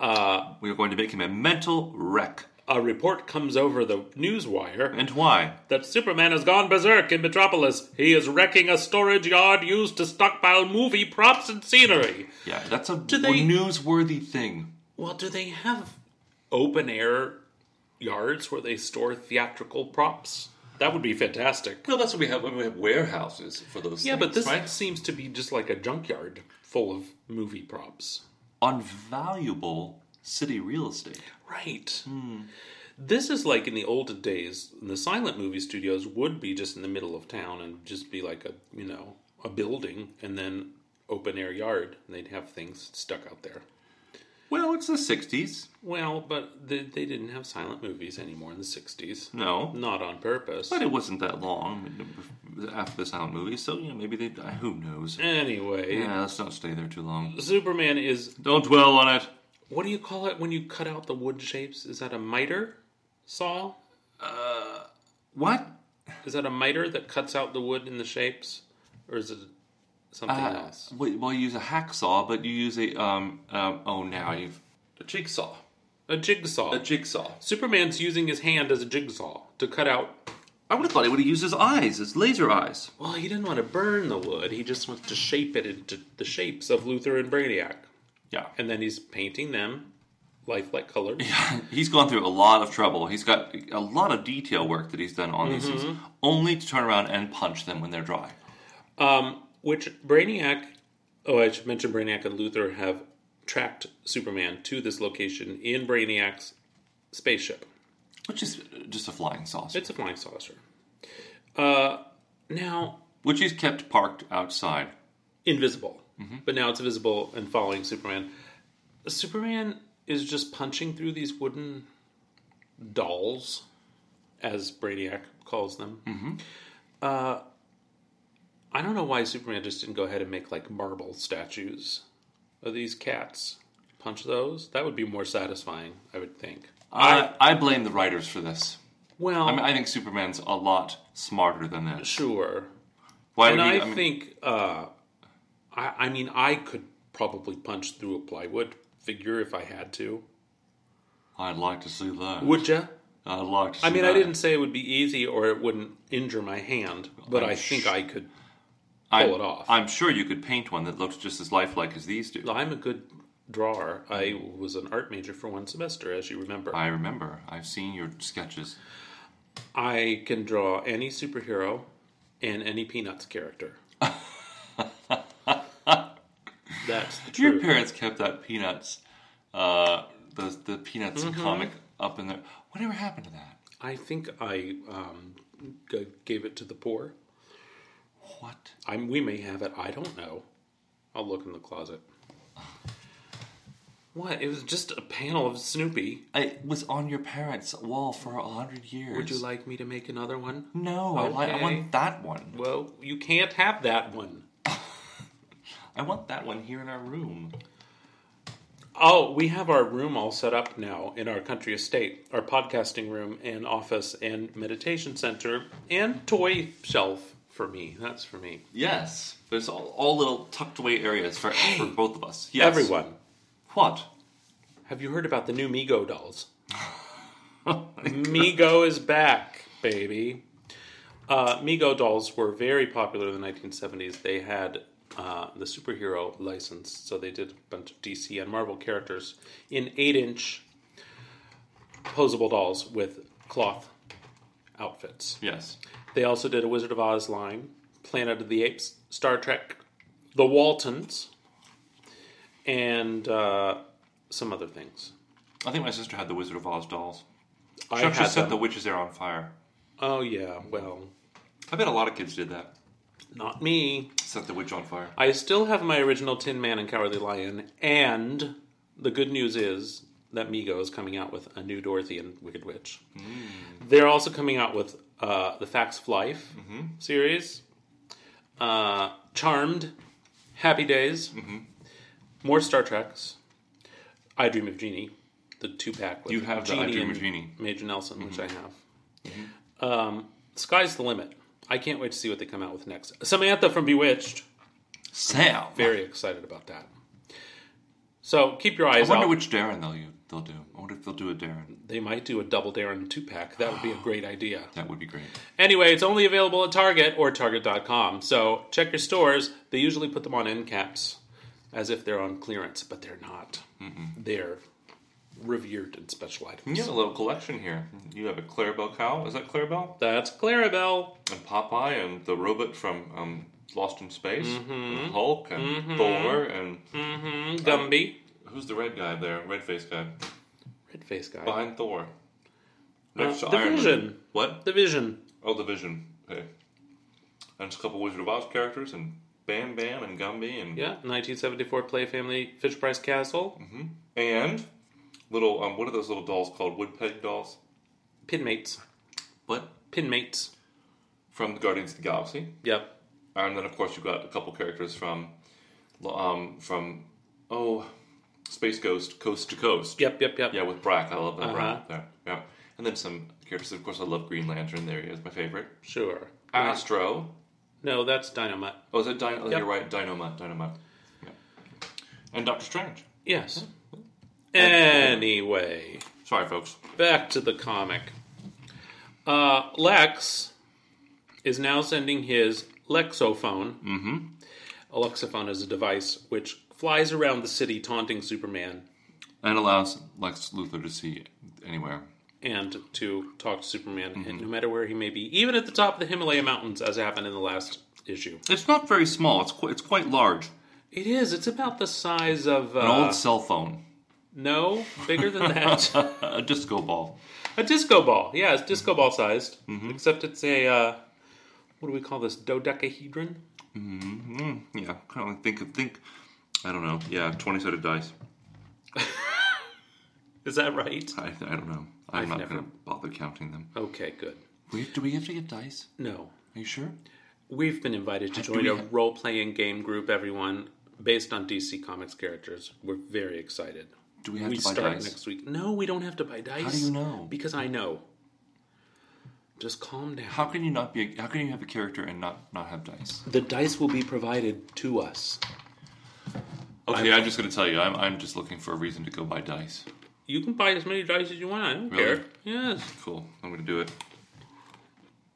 Speaker 3: Uh, we are going to make him a mental wreck.
Speaker 1: A report comes over the news wire
Speaker 3: And why?
Speaker 1: that Superman has gone berserk in Metropolis. He is wrecking a storage yard used to stockpile movie props and scenery.
Speaker 3: Yeah, that's a
Speaker 1: they-
Speaker 3: newsworthy thing.
Speaker 1: Well, do they have open air yards where they store theatrical props? That would be fantastic.
Speaker 3: No, that's what we have when we have warehouses for those.
Speaker 1: Yeah, but
Speaker 3: things,
Speaker 1: this
Speaker 3: right?
Speaker 1: seems to be just like a junkyard full of movie props.
Speaker 3: on valuable city real estate.
Speaker 1: Right.
Speaker 3: Hmm.
Speaker 1: This is like in the olden days, the silent movie studios would be just in the middle of town and just be like a, you know, a building and then open air yard and they'd have things stuck out there.
Speaker 3: Well, it's the '60s.
Speaker 1: Well, but they, they didn't have silent movies anymore in the 60s.
Speaker 3: No,
Speaker 1: Not on purpose.
Speaker 3: but it wasn't that long after the silent movie, so you know maybe they. uh, Who knows?
Speaker 1: Anyway,
Speaker 3: Yeah, let's not stay there too long.
Speaker 1: Superman is
Speaker 3: Don't dwell on it.
Speaker 1: what do you call it when you cut out the wood shapes? Is that a miter saw?
Speaker 3: What?
Speaker 1: Is that a miter that cuts out the wood in the shapes, or is it something
Speaker 3: Uh,
Speaker 1: else?
Speaker 3: wait, well, you use a hacksaw, but you use a um um. Oh, now you've a jigsaw.
Speaker 1: A jigsaw.
Speaker 3: A jigsaw.
Speaker 1: Superman's using his hand as a jigsaw to cut out.
Speaker 3: I would have thought he would have used his eyes, his laser eyes.
Speaker 1: Well, he didn't want to burn the wood. He just wants to shape it into the shapes of Luther and Brainiac,
Speaker 3: Yeah.
Speaker 1: and then he's painting them lifelike colors.
Speaker 3: He's gone through a lot of trouble. He's got a lot of detail work that he's done on these
Speaker 1: Mm-hmm.
Speaker 3: things, only to turn around and punch them when they're dry.
Speaker 1: Um, which Brainiac, oh, I should mention Brainiac and Luther have tracked Superman to this location in Brainiac's spaceship.
Speaker 3: Which is just a flying saucer.
Speaker 1: It's a flying saucer. Uh, now
Speaker 3: Which he's kept parked outside.
Speaker 1: invisible,
Speaker 3: Mm-hmm.
Speaker 1: but now it's visible and following Superman. Superman is just punching through these wooden dolls, as Brainiac calls them.
Speaker 3: Mm-hmm.
Speaker 1: Uh, I don't know why Superman just didn't go ahead and make like marble statues of these cats. Punch those. That would be more satisfying, I would think.
Speaker 3: I, I blame the writers for this.
Speaker 1: Well,
Speaker 3: I, mean, I think Superman's a lot smarter than this.
Speaker 1: sure.
Speaker 3: Why
Speaker 1: and
Speaker 3: would he,
Speaker 1: I,
Speaker 3: mean,
Speaker 1: think, uh, I, I mean, I could probably punch through a plywood figure if I had to.
Speaker 3: I'd like to see that.
Speaker 1: Would ya?
Speaker 3: I'd like to see
Speaker 1: I mean, I
Speaker 3: that.
Speaker 1: didn't say it would be easy or it wouldn't injure my hand, but
Speaker 3: I'm
Speaker 1: I think
Speaker 3: sh-
Speaker 1: I could.
Speaker 3: I'm-
Speaker 1: pull it off.
Speaker 3: I'm sure you could paint one that looks just as lifelike as these do.
Speaker 1: I'm a good drawer. I was an art major for one semester, as you remember.
Speaker 3: I remember. I've seen your sketches.
Speaker 1: I can draw any superhero and any Peanuts character. That's the
Speaker 3: Your
Speaker 1: truth.
Speaker 3: parents kept that Peanuts, uh, the, the Peanuts
Speaker 1: Mm-hmm.
Speaker 3: comic up in there. Whatever happened to that?
Speaker 1: I think I um, g- gave it to the poor.
Speaker 3: What?
Speaker 1: I'm, we may have it. I don't know. I'll look in the closet. What? It was just a panel of Snoopy.
Speaker 3: It was on your parents' wall for a hundred years.
Speaker 1: Would you like me to make another one?
Speaker 3: No, I, like, I
Speaker 1: Okay.
Speaker 3: want that one.
Speaker 1: Well, you can't have that one.
Speaker 3: I want that one here in our room.
Speaker 1: Oh, we have our room all set up now in our country estate our podcasting room and office and meditation center and toy shelf for me. That's for me.
Speaker 3: Yes, there's all, all little tucked away areas for, for both of us. Yes.
Speaker 1: Everyone,
Speaker 3: What?
Speaker 1: have you heard about the new Mego dolls? Mego is back, baby. Uh, Mego dolls were very popular in the 1970s. They had uh, the superhero license, so they did a bunch of DC and Marvel characters in 8 inch posable dolls with cloth outfits.
Speaker 3: Yes.
Speaker 1: They also did a Wizard of Oz line, Planet of the Apes, Star Trek, The Waltons, and uh, some other things.
Speaker 3: I think my sister had the Wizard of Oz dolls.
Speaker 1: I
Speaker 3: Chuck
Speaker 1: had
Speaker 3: just set
Speaker 1: them.
Speaker 3: the witches there on fire.
Speaker 1: Oh yeah, well,
Speaker 3: I bet a lot of kids did that.
Speaker 1: not me.
Speaker 3: Set the witch on fire.
Speaker 1: I still have my original Tin Man and Cowardly Lion, and the good news is that Mego is coming out with a new Dorothy and Wicked Witch.
Speaker 3: Mm.
Speaker 1: They're also coming out with uh, the Facts of Life
Speaker 3: Mm-hmm.
Speaker 1: series, uh, Charmed, Happy Days,
Speaker 3: Mm-hmm.
Speaker 1: more Star Treks, I Dream of Jeannie, the two pack with
Speaker 3: You have the I
Speaker 1: Jeannie
Speaker 3: Dream of
Speaker 1: and
Speaker 3: Jeannie. Mm-hmm.
Speaker 1: Major Nelson, which I have. Um, sky's the limit. I can't wait to see what they come out with next. Samantha from Bewitched.
Speaker 3: Sam!
Speaker 1: Very excited about that. So keep your
Speaker 3: I
Speaker 1: eyes
Speaker 3: wonder
Speaker 1: out.
Speaker 3: which Darren they'll, u- they'll do. I wonder if they'll do a Darren.
Speaker 1: they might do a double Darren two pack. That would be a great idea.
Speaker 3: That would be great.
Speaker 1: Anyway, it's only available at Target or Target.com. So check your stores. They usually put them on end caps as if they're on clearance, but they're not. They're revered and special items.
Speaker 3: You have a little collection here. You have a Clarabelle cow. Is that Clarabelle?
Speaker 1: That's Clarabelle.
Speaker 3: And Popeye and the robot from um, Lost in Space. And Hulk and Thor and
Speaker 1: Gumby.
Speaker 3: who's the red guy there? Red faced guy
Speaker 1: Red face guy.
Speaker 3: behind Thor. Next
Speaker 1: Uh,
Speaker 3: to Iron Man.
Speaker 1: Division.
Speaker 3: What?
Speaker 1: The Vision.
Speaker 3: Oh, the Vision. Okay. And just a couple Wizard of Oz characters and Bam Bam and Gumby and
Speaker 1: Yeah, 1974 Play Family Fisher Price Castle.
Speaker 3: Mm-hmm. and little um what are those little dolls called? Woodpeg dolls.
Speaker 1: Pinmates.
Speaker 3: What?
Speaker 1: Pinmates.
Speaker 3: From the Guardians of the Galaxy.
Speaker 1: Yep.
Speaker 3: And then of course you've got a couple characters from um from oh Space Ghost Coast to Coast.
Speaker 1: Yep, yep, yep.
Speaker 3: Yeah, with Brack. I love that
Speaker 1: Uh-huh.
Speaker 3: Brack there. Yeah. And then some characters of course I love Green Lantern, there he is, my favorite.
Speaker 1: Sure.
Speaker 3: Ah, Astro.
Speaker 1: No, that's Dynamite.
Speaker 3: Oh is that Dino oh,
Speaker 1: Yep.
Speaker 3: you're right, Dynamite, Dynamite. Yeah. And Doctor Strange.
Speaker 1: Yes. Anyway,
Speaker 3: Sorry folks.
Speaker 1: back to the comic. Uh, Lex is now sending his Lexophone. Mm-hmm. A Lexophone is a device which flies around the city taunting Superman
Speaker 3: And allows Lex Luthor to see anywhere.
Speaker 1: and to talk to Superman, and no matter where he may be, even at the top of the Himalaya Mountains, as happened in the last issue.
Speaker 3: It's not very small. It's quite, it's quite large.
Speaker 1: It is. It's about the size of uh,
Speaker 3: An old cell phone.
Speaker 1: no bigger than that.
Speaker 3: A disco ball.
Speaker 1: a disco ball. Yeah, it's disco
Speaker 3: Mm-hmm.
Speaker 1: ball sized. Except it's a uh, what do we call this dodecahedron?
Speaker 3: Yeah, kind of think think. I don't know. Yeah, twenty sided dice.
Speaker 1: Is that right?
Speaker 3: I, I don't know. I'm
Speaker 1: I've
Speaker 3: not
Speaker 1: never-
Speaker 3: going to bother counting them.
Speaker 1: Okay, good.
Speaker 3: We, do we have to get dice?
Speaker 1: No,
Speaker 3: Are you sure?
Speaker 1: we've been invited to
Speaker 3: Do
Speaker 1: join
Speaker 3: we
Speaker 1: a
Speaker 3: have-
Speaker 1: role playing game group. Everyone based on DC Comics characters. We're very excited.
Speaker 3: Do we have
Speaker 1: we
Speaker 3: to buy
Speaker 1: start
Speaker 3: dice?
Speaker 1: next week. No, we don't have to buy dice.
Speaker 3: do you know?
Speaker 1: Because I know. Just calm down.
Speaker 3: How can you not be? A, how can you have a character and not not have dice?
Speaker 1: The dice will be provided to us.
Speaker 3: Okay, I'm, just going to tell you. I'm I'm just looking for a reason to go buy dice.
Speaker 1: You can buy as many dice as you want. I don't
Speaker 3: Really?
Speaker 1: care. Yes.
Speaker 3: Cool. I'm going to do it.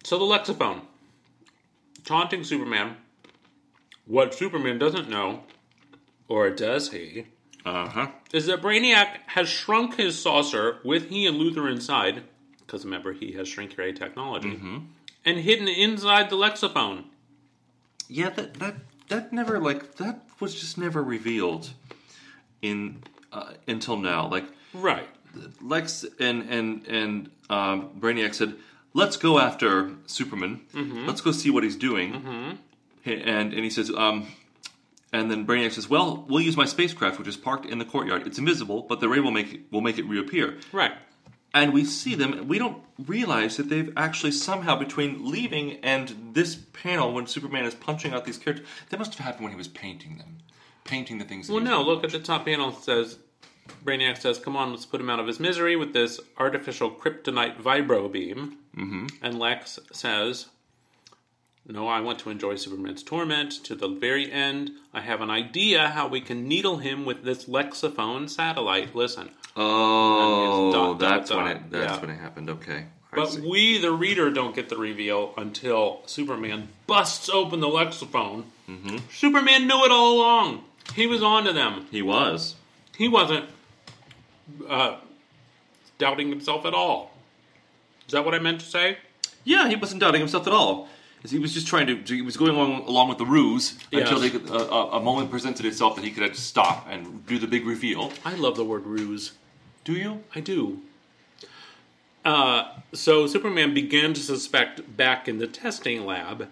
Speaker 1: So the lexophone. Taunting Superman. What Superman doesn't know, or does he,
Speaker 3: Uh huh.
Speaker 1: is that Brainiac has shrunk his saucer with he and Luther inside, because remember, he has shrink ray technology, and hidden inside the lexophone.
Speaker 3: Yeah, that that that never like that was just never revealed in uh, until now. Like
Speaker 1: Right.
Speaker 3: Lex and and and um, Brainiac said, "Let's go after Superman.
Speaker 1: Mm-hmm.
Speaker 3: Let's go see what he's doing." He- And and he says, um, and then Brainiac says, "Well, we'll use my spacecraft, which is parked in the courtyard. It's invisible, but the ray will make it, will make it reappear."
Speaker 1: Right.
Speaker 3: And we see them. We don't realize that they've actually somehow between leaving and this panel when Superman is punching out these characters. That must have happened when he was painting them, painting the things. that
Speaker 1: Well,
Speaker 3: he was
Speaker 1: no, look at the top panel. It says, Brainiac says, come on, let's put him out of his misery with this artificial kryptonite vibro beam. Mm-hmm. And Lex says, no, I want to enjoy Superman's torment to the very end. I have an idea how we can needle him with this lexophone satellite. Listen,
Speaker 3: Oh,
Speaker 1: And it's dot,
Speaker 3: that's
Speaker 1: dot,
Speaker 3: when
Speaker 1: dot.
Speaker 3: it that's
Speaker 1: Yeah.
Speaker 3: when it happened. Okay. I
Speaker 1: but
Speaker 3: see.
Speaker 1: we, the reader, don't get the reveal until Superman busts open the lexophone. Mm-hmm. Superman knew it all along. He was on to them.
Speaker 3: he was.
Speaker 1: he wasn't uh, doubting himself at all. Is that what I meant to say?
Speaker 3: Yeah, he wasn't doubting himself at all. He was just trying to. He was going along, along with the ruse until
Speaker 1: Yes.
Speaker 3: they could, a, a a moment presented itself that he could just stop and do the big reveal.
Speaker 1: I love the word ruse.
Speaker 3: Do you?
Speaker 1: I do. Uh, so Superman began to suspect back in the testing lab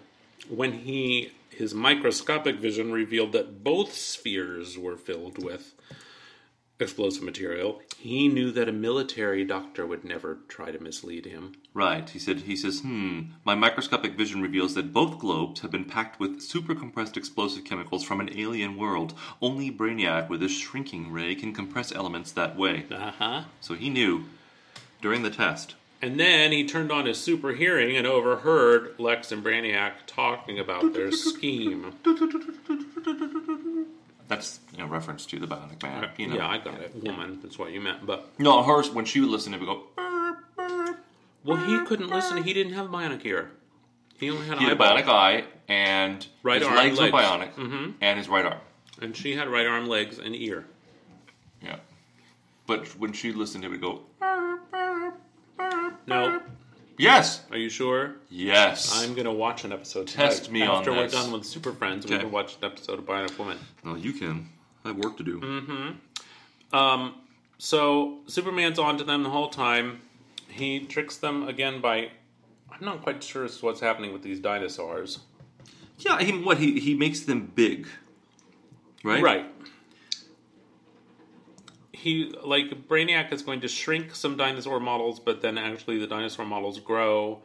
Speaker 1: when he his microscopic vision revealed that both spheres were filled with explosive material. He knew that a military doctor would never try to mislead him.
Speaker 3: Right. He said. He says. Hmm. My microscopic vision reveals that both globes have been packed with super compressed explosive chemicals from an alien world. Only Brainiac with his shrinking ray can compress elements that way.
Speaker 1: Uh huh.
Speaker 3: So he knew during the test.
Speaker 1: And then he turned on his super hearing and overheard Lex and Brainiac talking about their scheme.
Speaker 3: That's a reference to the Bionic Man. You know.
Speaker 1: Uh, Yeah, I got it. Woman, that's what you meant. But
Speaker 3: No, hers when she would listen, it would go.
Speaker 1: well, he couldn't listen. He didn't have bionic ear. He only had,
Speaker 3: He had a
Speaker 1: eyeball.
Speaker 3: bionic eye, and
Speaker 1: Right
Speaker 3: his
Speaker 1: arm,
Speaker 3: legs, were
Speaker 1: legs. Mm-hmm.
Speaker 3: bionic, and his right arm.
Speaker 1: and she had right arm, legs, and ear.
Speaker 3: Yeah, but when she listened, it would go.
Speaker 1: No,
Speaker 3: Yes,
Speaker 1: are you sure?
Speaker 3: yes.
Speaker 1: I'm gonna watch an episode.
Speaker 3: Test
Speaker 1: tonight.
Speaker 3: me on
Speaker 1: after
Speaker 3: this.
Speaker 1: we're done with Super Friends. We
Speaker 3: Okay.
Speaker 1: can watch an episode of Bionic Woman.
Speaker 3: Oh, you can. I have work to do.
Speaker 1: Mm. So Superman's on to them the whole time. He tricks them again by. I'm not quite sure as to what's happening with these dinosaurs.
Speaker 3: Yeah, he, what he he makes them big, right?
Speaker 1: Right. He like Brainiac is going to shrink some dinosaur models, but then actually the dinosaur models grow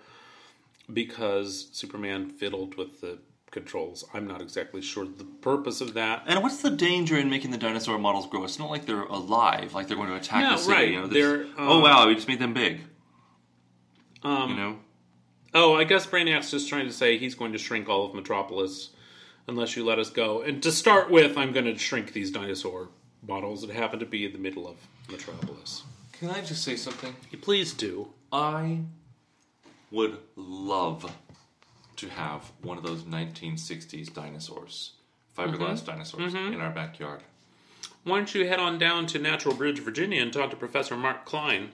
Speaker 1: because Superman fiddled with the controls. I'm not exactly sure the purpose of that.
Speaker 3: And what's the danger in making the dinosaur models grow? It's not like they're alive, like they're going to attack
Speaker 1: No,
Speaker 3: the city.
Speaker 1: right.
Speaker 3: You know, they're just,
Speaker 1: They're, uh,
Speaker 3: oh wow, we just made them big.
Speaker 1: Um,
Speaker 3: You know,
Speaker 1: Oh, I guess Brainiac's just trying to say he's going to shrink all of Metropolis unless you let us go. And to start with, I'm going to shrink these dinosaur models that happen to be in the middle of Metropolis.
Speaker 3: can I just say something?
Speaker 1: Please do.
Speaker 3: I would love to have one of those 1960s dinosaurs, fiberglass
Speaker 1: Mm-hmm.
Speaker 3: dinosaurs, in our backyard.
Speaker 1: why don't you head on down to Natural Bridge, Virginia, and talk to Professor Mark Klein,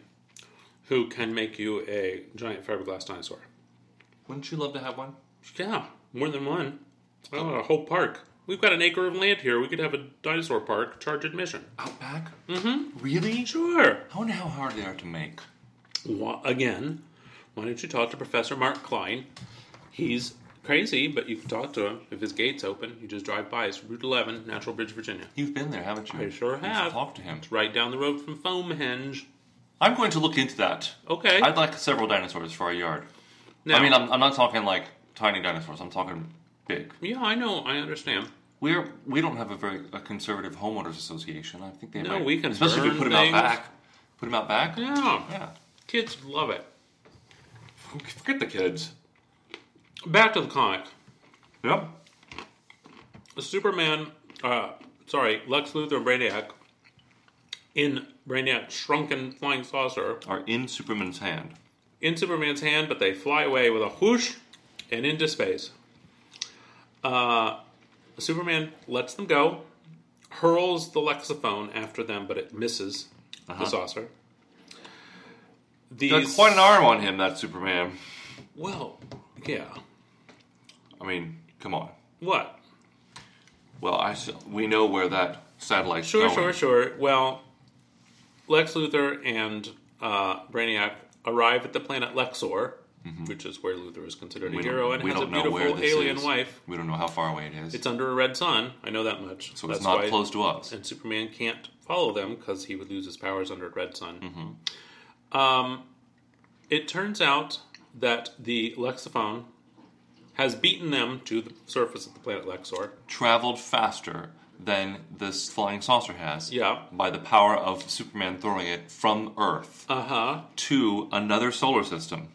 Speaker 1: who can make you a giant fiberglass dinosaur.
Speaker 3: Wouldn't you love to have one?
Speaker 1: Yeah, more than one. I want Oh, a whole park. We've got an acre of land here. We could have a dinosaur park, charge admission.
Speaker 3: Outback? Mm-hmm. Really?
Speaker 1: Sure.
Speaker 3: I wonder how hard they are to make.
Speaker 1: Wha- again, why don't you talk to Professor Mark Klein? He's crazy, but you can talk to him if his gate's open. You just drive by. It's Route 11, Natural Bridge, Virginia.
Speaker 3: You've been there, haven't you?
Speaker 1: I sure have.
Speaker 3: Talk to him.
Speaker 1: It's right down the road from Foamhenge.
Speaker 3: I'm going to look into that.
Speaker 1: Okay.
Speaker 3: I'd like several dinosaurs for our yard.
Speaker 1: Now-
Speaker 3: I mean, I'm, I'm not talking like tiny dinosaurs. I'm talking big.
Speaker 1: yeah, I know. I understand.
Speaker 3: We're we don't have a very a conservative homeowners association. I think they
Speaker 1: No,
Speaker 3: might,
Speaker 1: we can
Speaker 3: especially if
Speaker 1: burn
Speaker 3: we put them
Speaker 1: things.
Speaker 3: out back. Put them out back.
Speaker 1: Yeah.
Speaker 3: Yeah.
Speaker 1: Kids love it.
Speaker 3: Forget the kids.
Speaker 1: Back to the comic.
Speaker 3: Yep.
Speaker 1: Superman, uh, sorry, Lex Luthor and Brainiac in Brainiac's shrunken flying saucer
Speaker 3: Are in Superman's hand.
Speaker 1: in Superman's hand, but they fly away with a whoosh and into space. Uh, Superman lets them go, hurls the lexophone after them, but it misses the saucer.
Speaker 3: Got
Speaker 1: These
Speaker 3: Uh-huh. quite an arm on him, that Superman.
Speaker 1: well, yeah.
Speaker 3: I mean, come on.
Speaker 1: What?
Speaker 3: Well, I s- we know where that satellite's
Speaker 1: Sure,
Speaker 3: going.
Speaker 1: sure, sure. Well, Lex Luthor and uh, Brainiac arrive at the planet Lexor, which is where Luthor is considered a
Speaker 3: Mm-hmm. We
Speaker 1: hero
Speaker 3: don't,
Speaker 1: and
Speaker 3: we
Speaker 1: has a
Speaker 3: don't know where
Speaker 1: beautiful
Speaker 3: this
Speaker 1: alien
Speaker 3: is.
Speaker 1: wife.
Speaker 3: We don't know how far away it is.
Speaker 1: It's under a red sun. I know that much.
Speaker 3: so it's not close to us.
Speaker 1: And Superman can't follow them because he would lose his powers under a red sun. Um,
Speaker 3: Mm-hmm.
Speaker 1: it turns out that the Lexophone has beaten them to the surface of the planet Lexor.
Speaker 3: traveled faster than this flying saucer has.
Speaker 1: Yeah.
Speaker 3: By the power of Superman throwing it from Earth
Speaker 1: Uh
Speaker 3: Uh-huh.
Speaker 1: huh.
Speaker 3: to another solar system.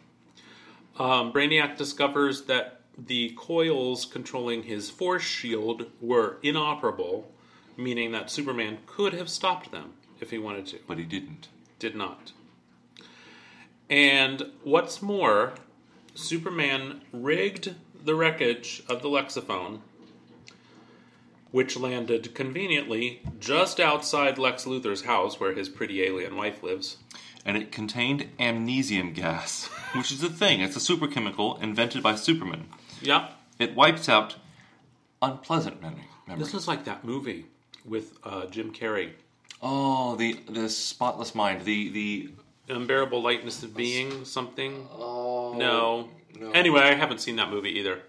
Speaker 1: Um, Brainiac discovers that the coils controlling his force shield were inoperable, meaning that Superman could have stopped them if he wanted to.
Speaker 3: But he didn't.
Speaker 1: Did not. And what's more, Superman rigged the wreckage of the Lexophone, which landed conveniently just outside Lex Luthor's house where his pretty alien wife lives.
Speaker 3: And it contained amnesium gas, which is a thing. It's a superchemical invented by Superman.
Speaker 1: Yeah.
Speaker 3: It wipes out unpleasant memory. memories.
Speaker 1: This is like that movie with uh, Jim Carrey.
Speaker 3: Oh, the the spotless mind. The the
Speaker 1: unbearable lightness of being something Oh,
Speaker 3: oh.
Speaker 1: no. anyway i haven't seen that movie either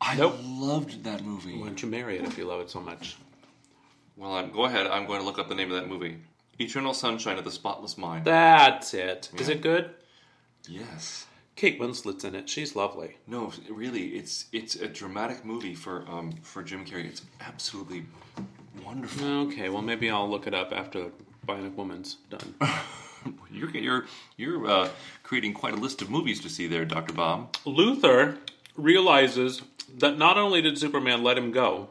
Speaker 3: I
Speaker 1: Nope.
Speaker 3: loved that movie.
Speaker 1: why don't you marry it if you love it so much
Speaker 3: Well, I'm, go ahead. I'm going to look up the name of that movie. Eternal Sunshine of the Spotless Mind.
Speaker 1: that's it. Is
Speaker 3: Yeah.
Speaker 1: it good
Speaker 3: yes.
Speaker 1: kate winslet's in it she's lovely
Speaker 3: No, really, it's it's a dramatic movie for um for Jim Carrey. It's absolutely wonderful.
Speaker 1: okay well maybe i'll look it up after bionic woman's done
Speaker 3: You're you're you're uh, creating quite a list of movies to see there, Doctor Bob.
Speaker 1: luther realizes that not only did superman let him go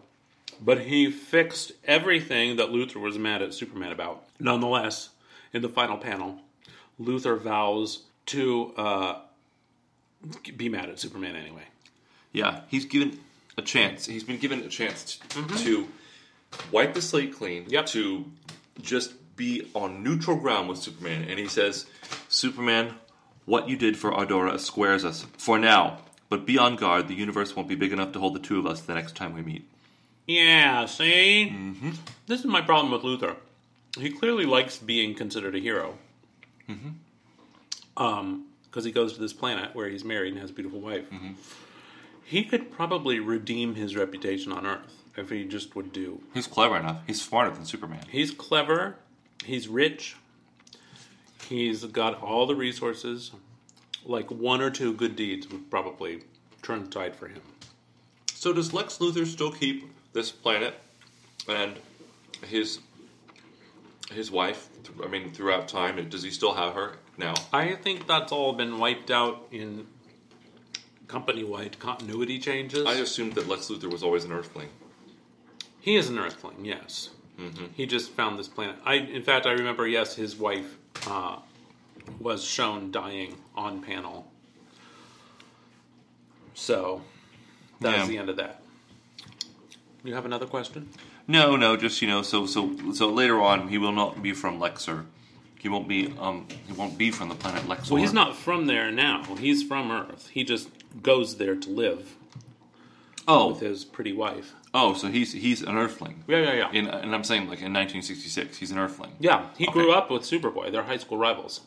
Speaker 1: but he fixed everything that luther was mad at superman about nonetheless in the final panel luther vows to uh, be mad at superman anyway
Speaker 3: Yeah, he's given a chance. He's been given a chance t- to wipe the slate clean.
Speaker 1: Yep.
Speaker 3: To just be on neutral ground with Superman, and he says, "Superman, what you did for Ardora squares us for now. But be on guard. The universe won't be big enough to hold the two of us the next time we meet."
Speaker 1: Yeah, see? This is my problem with Luther. He clearly likes being considered a hero. Because he goes to this planet where he's married and has a beautiful wife. He could probably redeem his reputation on Earth if he just would do.
Speaker 3: He's clever enough. He's smarter than Superman.
Speaker 1: He's clever, he's rich, he's got all the resources. Like one or two good deeds would probably turn the tide for him.
Speaker 3: So does Lex Luthor still keep this planet and his his wife? th- I mean, throughout time, and does he still have her now?
Speaker 1: I think that's all been wiped out in company-wide continuity changes.
Speaker 3: I assumed that Lex Luthor was always an Earthling.
Speaker 1: he is an Earthling, yes.
Speaker 3: Mm-hmm.
Speaker 1: He just found this planet. I, in fact, I remember. Yes, his wife uh, was shown dying on panel. So that's
Speaker 3: Yeah.
Speaker 1: the end of that. You have another question?
Speaker 3: No, no, just you know, so so so later on, he will not be from Lexor. He won't be um he won't be from the planet Lexor.
Speaker 1: Well, he's not from there now. He's from Earth. He just goes there to live.
Speaker 3: Oh,
Speaker 1: with his pretty wife.
Speaker 3: oh, so he's he's an Earthling.
Speaker 1: Yeah, yeah, yeah.
Speaker 3: In, and I'm saying like in 1966, he's an Earthling.
Speaker 1: yeah, he grew
Speaker 3: Okay.
Speaker 1: up with Superboy. They're high school rivals.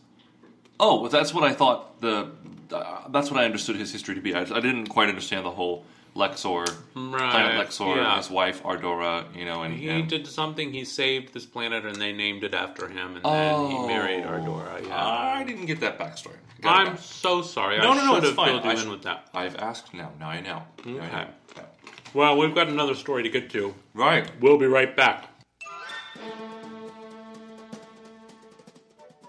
Speaker 3: Oh, well, that's what I thought. The uh, that's what I understood his history to be. I, I didn't quite understand the whole Lexor,
Speaker 1: Right,
Speaker 3: planet Lexor,
Speaker 1: yeah.
Speaker 3: and his wife Ardora. You know, and,
Speaker 1: He
Speaker 3: and
Speaker 1: did something. He saved this planet, and they named it after him. And
Speaker 3: Oh.
Speaker 1: then he married Ardora. Yeah.
Speaker 3: I didn't get that backstory. Got it
Speaker 1: I'm
Speaker 3: back.
Speaker 1: so sorry.
Speaker 3: No, no,
Speaker 1: I
Speaker 3: no,
Speaker 1: should
Speaker 3: it's
Speaker 1: have
Speaker 3: fine.
Speaker 1: filled you
Speaker 3: I
Speaker 1: in
Speaker 3: should-
Speaker 1: with that.
Speaker 3: I've asked now. Now I know. Now I
Speaker 1: Okay.
Speaker 3: know. Yeah.
Speaker 1: Well, we've got another story to get to.
Speaker 3: Right.
Speaker 1: We'll be right back.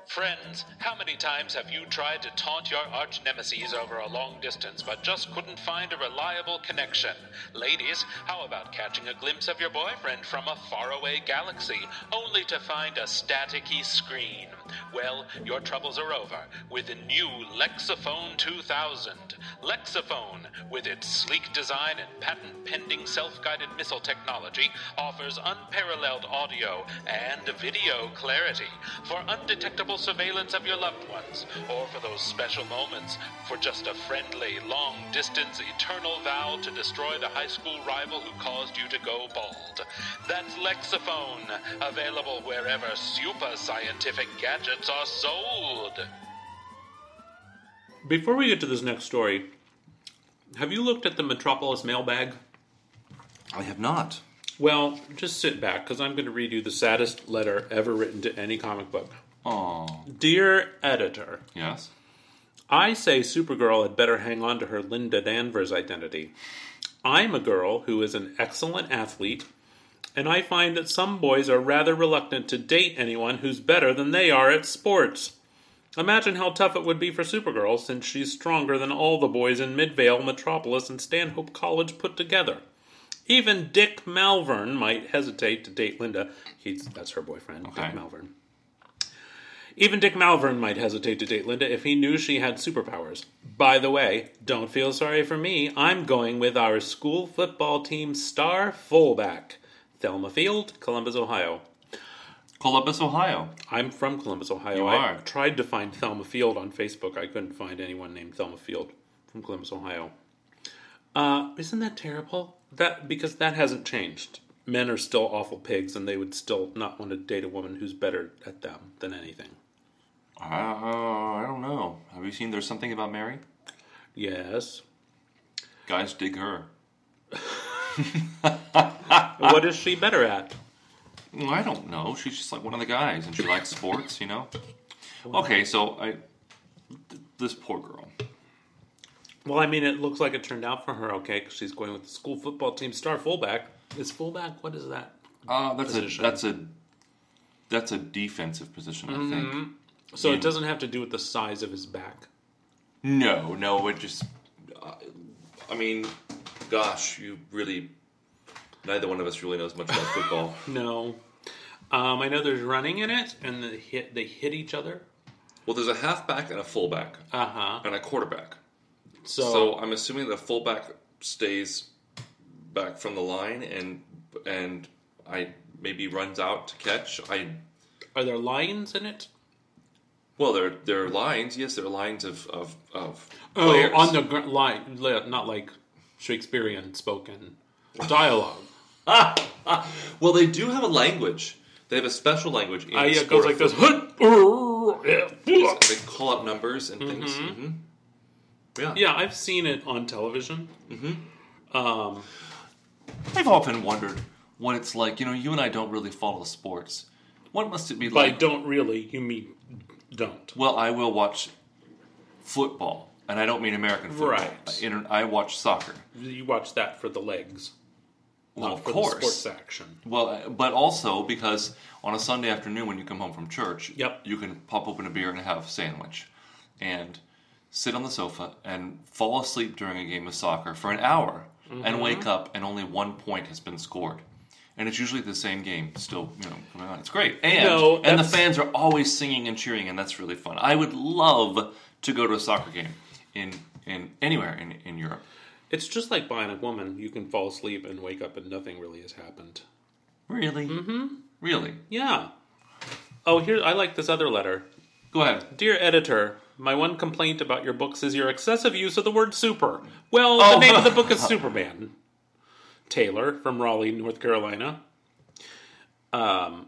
Speaker 4: Friends, how many times have you tried to taunt your arch nemesis over a long distance but just couldn't find a reliable connection? Ladies, how about catching a glimpse of your boyfriend from a faraway galaxy only to find a staticky screen? Well, your troubles are over with the new Lexophone 2000. Lexophone, with its sleek design and patent pending self guided missile technology, offers unparalleled audio and video clarity for undetectable surveillance of your loved ones, or for those special moments for just a friendly, long distance, eternal vow to destroy the high school rival who caused you to go bald. That's Lexophone, available wherever super scientific gadgets are sold.
Speaker 1: Before we get to this next story, have you looked at the Metropolis mailbag?
Speaker 3: I have not.
Speaker 1: Well, just sit back because I'm going to read you the saddest letter ever written to any comic book.
Speaker 3: Oh.
Speaker 1: Dear editor,
Speaker 3: Yes.
Speaker 1: I say Supergirl had better hang on to her Linda Danvers identity. I'm a girl who is an excellent athlete, and I find that some boys are rather reluctant to date anyone who's better than they are at sports. Imagine how tough it would be for Supergirl since she's stronger than all the boys in Midvale, Metropolis, and Stanhope College put together. Even Dick Malvern might hesitate to date Linda. He's, that's her boyfriend,
Speaker 3: Okay.
Speaker 1: Dick Malvern. Even Dick Malvern might hesitate to date Linda if he knew she had superpowers. By the way, don't feel sorry for me. I'm going with our school football team star fullback, Thelma Field, Columbus, Ohio.
Speaker 3: Columbus, Ohio.
Speaker 1: I'm from Columbus, Ohio.
Speaker 3: You
Speaker 1: I
Speaker 3: are.
Speaker 1: tried to find Thelma Field on Facebook. I couldn't find anyone named Thelma Field from Columbus, Ohio. Uh, isn't that terrible? That because that hasn't changed. Men are still awful pigs, and they would still not want to date a woman who's better at them than anything.
Speaker 3: I, uh, I don't know. Have you seen There's Something About Mary?
Speaker 1: Yes.
Speaker 3: Guys dig her. Uh,
Speaker 1: what is she better at?
Speaker 3: Well, I don't know. She's just like one of the guys, and she likes sports, you know? Okay, so I. th- This poor girl.
Speaker 1: Well, I mean, it looks like it turned out for her okay because she's going with the school football team star fullback. Is fullback? What is that?
Speaker 3: Uh, that's
Speaker 1: Position.
Speaker 3: a that's a that's a defensive position, I think.
Speaker 1: So it doesn't have to do with the size of his back.
Speaker 3: No, no, it just. uh, I mean, gosh, you really. Neither one of us really knows much about football.
Speaker 1: No. Um, I know there's running in it, and they hit they hit each other.
Speaker 3: well, there's a halfback and a fullback
Speaker 1: Uh huh.
Speaker 3: and a quarterback.
Speaker 1: So,
Speaker 3: So I'm assuming the fullback stays back from the line and and I maybe runs out to catch. I
Speaker 1: are there lions in it?
Speaker 3: well, there there are lines. Yes, there are lines of of, of
Speaker 1: Oh,
Speaker 3: players.
Speaker 1: on the gr- line, li- not like Shakespearean spoken dialogue.
Speaker 3: well, they do have a language. They have a special language. In
Speaker 1: Uh,
Speaker 3: the
Speaker 1: yeah, it
Speaker 3: sport
Speaker 1: goes like
Speaker 3: of
Speaker 1: this.
Speaker 3: football.
Speaker 1: Yeah.
Speaker 3: They call out numbers and things. hmm Yeah.
Speaker 1: Mm-hmm. Yeah, I've seen it on television.
Speaker 3: I've often wondered what it's like. You know, you and I don't really follow sports. What must it be
Speaker 1: By
Speaker 3: like?
Speaker 1: don't really, you mean don't.
Speaker 3: Well, I will watch football, and I don't mean American football.
Speaker 1: Right.
Speaker 3: I, inter- I watch soccer.
Speaker 1: You watch that for the legs,
Speaker 3: Well,
Speaker 1: not
Speaker 3: of
Speaker 1: for the
Speaker 3: course.
Speaker 1: sports action.
Speaker 3: well, uh, but also because on a Sunday afternoon when you come home from church,
Speaker 1: Yep.
Speaker 3: you can pop open a beer and have a sandwich, and sit on the sofa and fall asleep during a game of soccer for an hour,
Speaker 1: Mm-hmm.
Speaker 3: and wake up and only one point has been scored. And it's usually the same game still, you know, coming on. It's great, and
Speaker 1: No,
Speaker 3: and the
Speaker 1: that's-
Speaker 3: fans are always singing and cheering, and that's really fun. I would love to go to a soccer game in in anywhere in, in Europe.
Speaker 1: It's just like buying a woman. You can fall asleep and wake up and nothing really has happened.
Speaker 3: Really, mm-hmm. really.
Speaker 1: Yeah. Oh, here I like this other letter.
Speaker 3: Go ahead.
Speaker 1: Dear editor, my one complaint about your books is your excessive use of the word super. Well,
Speaker 3: Oh.
Speaker 1: the name of the book is Superman. Taylor from Raleigh, North Carolina. Um,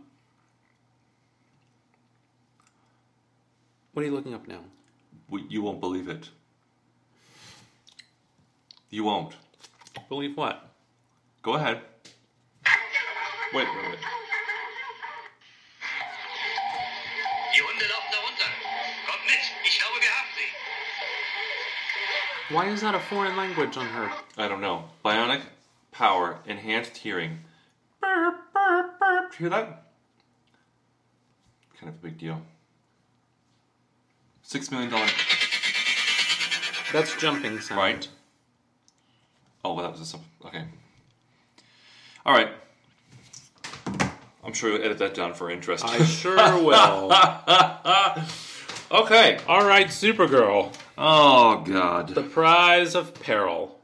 Speaker 1: what are you looking up now?
Speaker 3: We, you won't believe it. You won't.
Speaker 1: Believe what?
Speaker 3: Go ahead. Wait, wait, wait.
Speaker 5: Die Hunde laufen da runter. Kommt mit, ich glaube, wir haben sie.
Speaker 1: Why is that a foreign language on her?
Speaker 3: I don't know. Bionic power, enhanced hearing. Burp, burp, burp. Hear that? Kind of a big deal. Six million dollar.
Speaker 1: That's jumping sound.
Speaker 3: Right. Oh, well, that was a sub. Okay. All right. I'm sure you'll edit that down for interest.
Speaker 1: I sure will.
Speaker 3: okay.
Speaker 1: All right, Supergirl,
Speaker 3: Oh God.
Speaker 1: the prize of peril.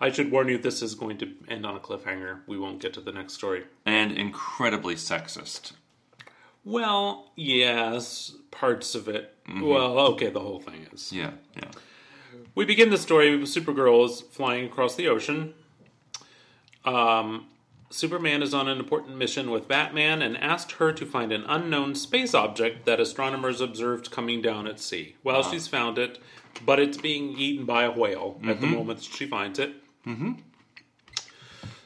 Speaker 1: I should warn you, this is going to end on a cliffhanger. We won't get to the next story.
Speaker 3: and incredibly sexist.
Speaker 1: Well, yes, parts of it. Well, okay, the whole thing is.
Speaker 3: Yeah, yeah.
Speaker 1: We begin the story with Supergirl is flying across the ocean. Um, Superman is on an important mission with Batman and asked her to find an unknown space object that astronomers observed coming down at sea. Well, she's found it, but it's being eaten by a whale at the moment she finds it. Mm-hmm.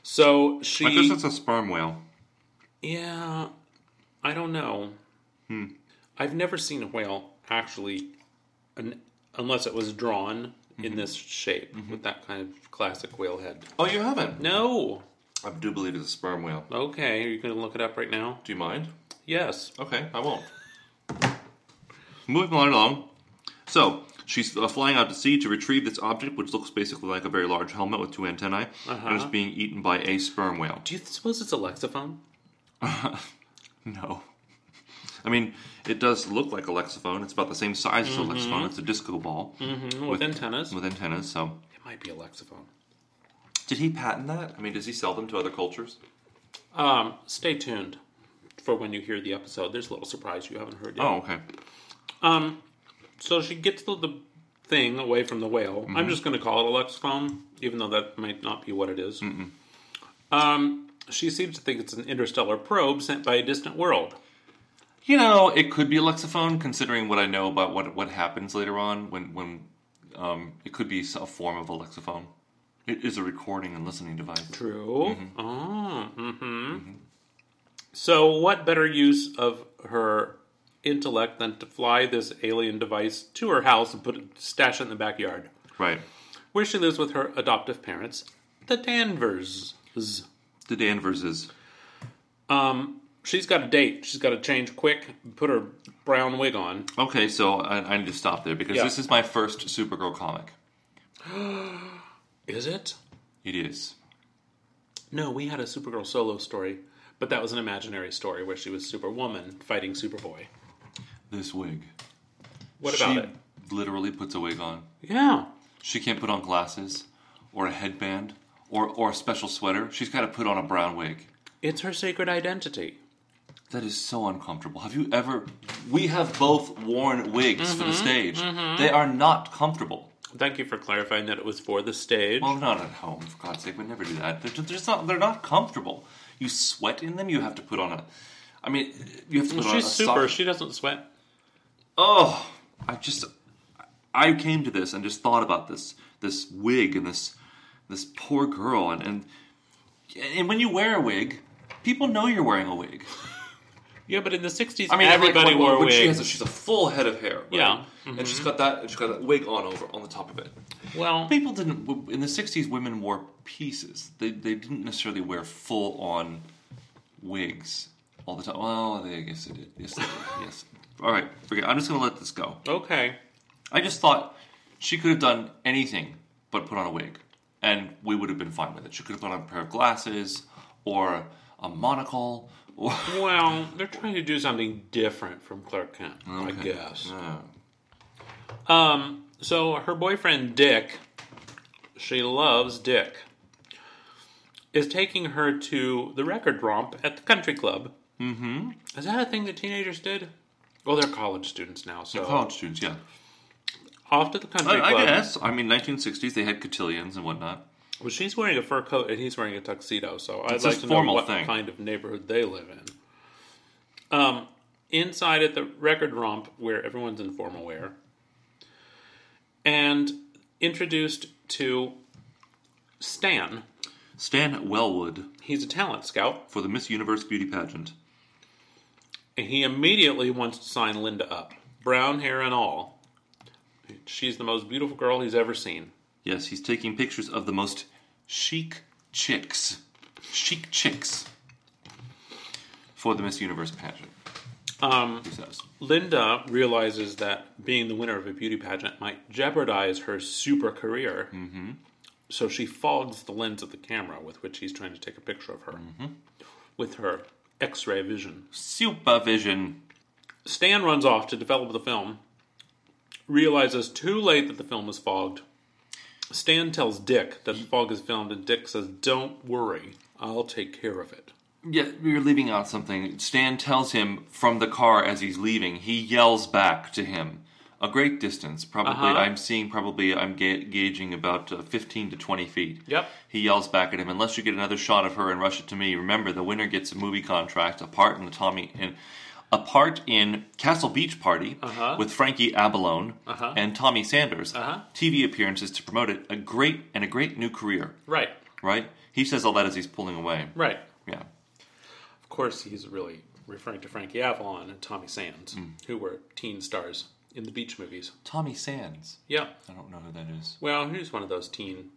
Speaker 1: So she.
Speaker 3: I guess that's a sperm whale.
Speaker 1: Yeah, I don't know. I've never seen a whale actually, un unless it was drawn in this shape with that kind of classic whale head.
Speaker 3: Oh, you haven't?
Speaker 1: No.
Speaker 3: I do believe it's a sperm whale.
Speaker 1: Okay, are you going to look it up right now?
Speaker 3: Do you mind?
Speaker 1: Yes.
Speaker 3: Okay, I won't. Moving right along. So she's uh, flying out to sea to retrieve this object, which looks basically like a very large helmet with two antennae, and it's being eaten by a sperm whale.
Speaker 1: Do you suppose it's a lexophone?
Speaker 3: No. I mean, it does look like a lexophone. It's about the same size as a lexophone. It's a disco ball
Speaker 1: Mm, With, antennas?
Speaker 3: with antennas. So,
Speaker 1: it might be a lexophone.
Speaker 3: did he patent that? I mean, does he sell them to other cultures?
Speaker 1: Um, stay tuned for when you hear the episode. There's a little surprise you haven't heard yet.
Speaker 3: Oh, okay.
Speaker 1: So she gets the, the thing away from the whale. I'm just going to call it a lexophone, even though that might not be what it is. Um, she seems to think it's an interstellar probe sent by a distant world.
Speaker 3: You know, it could be a lexophone, considering what I know about what what happens later on. When when um, it could be a form of a lexophone. It is a recording and listening device.
Speaker 1: True. Oh, hmm So, what better use of her intellect than to fly this alien device to her house and put it, stash it in the backyard,
Speaker 3: Right.
Speaker 1: where she lives with her adoptive parents, the Danvers.
Speaker 3: The Danvers is
Speaker 1: Um, she's got a date. She's got to change quick. Put her brown wig on.
Speaker 3: okay. So I, I need to stop there because
Speaker 1: Yeah.
Speaker 3: this is my first Supergirl comic.
Speaker 1: Is it?
Speaker 3: It is.
Speaker 1: No, we had a Supergirl solo story, but that was an imaginary story where she was Superwoman fighting Superboy.
Speaker 3: This wig.
Speaker 1: What about
Speaker 3: she
Speaker 1: it?
Speaker 3: Literally puts a wig on.
Speaker 1: Yeah.
Speaker 3: She can't put on glasses, or a headband, or or a special sweater. She's got to put on a brown wig.
Speaker 1: It's her sacred identity.
Speaker 3: That is so uncomfortable. Have you ever? We have both worn wigs
Speaker 1: Mm-hmm.
Speaker 3: for the stage. They are not comfortable.
Speaker 1: Thank you for clarifying that it was for the stage.
Speaker 3: Well, not at home, for God's sake. We never do that. They're ju- they're just not. They're not comfortable. You sweat in them. You have to put on a. I mean, you have to put on a
Speaker 1: She's super.
Speaker 3: sock-
Speaker 1: She doesn't sweat.
Speaker 3: oh, I just. I came to this and just thought about this this wig and this this poor girl and and and when you wear a wig, people know you're wearing a wig.
Speaker 1: Yeah, but in the 60s,
Speaker 3: I mean,
Speaker 1: everybody
Speaker 3: like, when-
Speaker 1: wore
Speaker 3: when She
Speaker 1: wigs.
Speaker 3: has a, she's a full head of hair. right?
Speaker 1: Yeah.
Speaker 3: and she's got that. She's got that wig on over on the top of it.
Speaker 1: well,
Speaker 3: People didn't w- in the '60s. Women wore pieces. They they didn't necessarily wear full on wigs all the time. Well, they, I guess they did. Yes, they did. yes. All right, forget. I'm just gonna let this go.
Speaker 1: okay.
Speaker 3: I just thought she could have done anything but put on a wig, and we would have been fine with it. She could have put on a pair of glasses or a monocle. Or
Speaker 1: Well, they're trying to do something different from Clark Kent, I guess.
Speaker 3: Yeah.
Speaker 1: Um, so her boyfriend Dick, she loves Dick, is taking her to the record romp at the country club. Mm-hmm. Is that a thing that teenagers did? Well, they're college students now, so
Speaker 3: college students, yeah.
Speaker 1: off to the country
Speaker 3: I, I
Speaker 1: club.
Speaker 3: guess. I mean, 1960s, they had cotillions and whatnot.
Speaker 1: Well, she's wearing a fur coat and he's wearing a tuxedo, so I'd
Speaker 3: It's
Speaker 1: like
Speaker 3: a
Speaker 1: to know
Speaker 3: formal
Speaker 1: what
Speaker 3: thing.
Speaker 1: kind of neighborhood they live in. Um, inside at the record romp, where everyone's in formal wear, and introduced to Stan.
Speaker 3: Stan Wellwood
Speaker 1: He's a talent scout,
Speaker 3: for the Miss Universe Beauty Pageant.
Speaker 1: and he immediately wants to sign Linda up, brown hair and all. She's the most beautiful girl he's ever seen.
Speaker 3: Yes, he's taking pictures of the most chic chicks. Chic chicks. For the Miss Universe pageant. Um, he says.
Speaker 1: Linda realizes that being the winner of a beauty pageant might jeopardize her super career. Mm-hmm. So she fogs the lens of the camera with which he's trying to take a picture of her with her x ray vision.
Speaker 3: Supervision.
Speaker 1: Stan runs off to develop the film, realizes too late that the film is fogged. Stan tells Dick that the fog is filmed, and Dick says, Don't worry, I'll take care of it.
Speaker 3: Yeah, you're leaving out something. Stan tells him from the car as he's leaving. He yells back to him. A great distance, probably.
Speaker 1: Uh-huh.
Speaker 3: I'm seeing probably, I'm ga- gauging about uh, 15 to 20 feet.
Speaker 1: Yep.
Speaker 3: He yells back at him, unless you get another shot of her and rush it to me. Remember, the winner gets a movie contract, a part in the Tommy in a part in Castle Beach Party
Speaker 1: Uh-huh.
Speaker 3: with Frankie Abalone and Tommy Sanders. TV appearances to promote it. A great and a great new career.
Speaker 1: Right,
Speaker 3: Right? He says all that as he's pulling away.
Speaker 1: right.
Speaker 3: Yeah.
Speaker 1: Of course, he's really referring to Frankie Avalon and Tommy Sands,
Speaker 3: Hmm.
Speaker 1: who were teen stars in the beach movies.
Speaker 3: Tommy Sands.
Speaker 1: Yeah.
Speaker 3: I don't know who that is.
Speaker 1: Well, he's one of those teen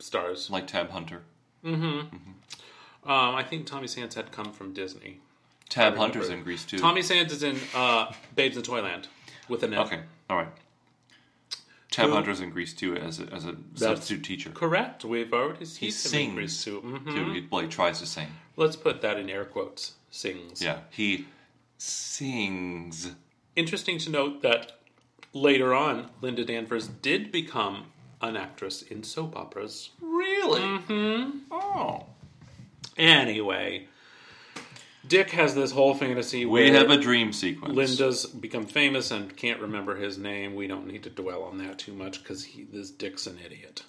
Speaker 1: stars.
Speaker 3: Like Tab Hunter.
Speaker 1: Um, I think Tommy Sands had come from Disney.
Speaker 3: Tab
Speaker 1: I
Speaker 3: Hunter's
Speaker 1: remember.
Speaker 3: in Greece too.
Speaker 1: Tommy Sands is in uh, Babes in Toyland with an
Speaker 3: Okay. All right. Tab
Speaker 1: Who-
Speaker 3: Hunter's in Greece too as a, as a substitute teacher.
Speaker 1: Correct. We've already
Speaker 3: He
Speaker 1: seen him in Grease
Speaker 3: sings.
Speaker 1: too. Mhm.
Speaker 3: too. He, well, he tries to sing.
Speaker 1: Let's put that in air quotes. Sings.
Speaker 3: Yeah, he sings.
Speaker 1: Interesting to note that later on, Linda Danvers did become an actress in soap operas.
Speaker 3: Really? Oh.
Speaker 1: Anyway, Dick has this whole fantasy
Speaker 3: We
Speaker 1: where
Speaker 3: have a dream sequence.
Speaker 1: Linda's become famous and can't remember his name. We don't need to dwell on that too much because this Dick's an idiot.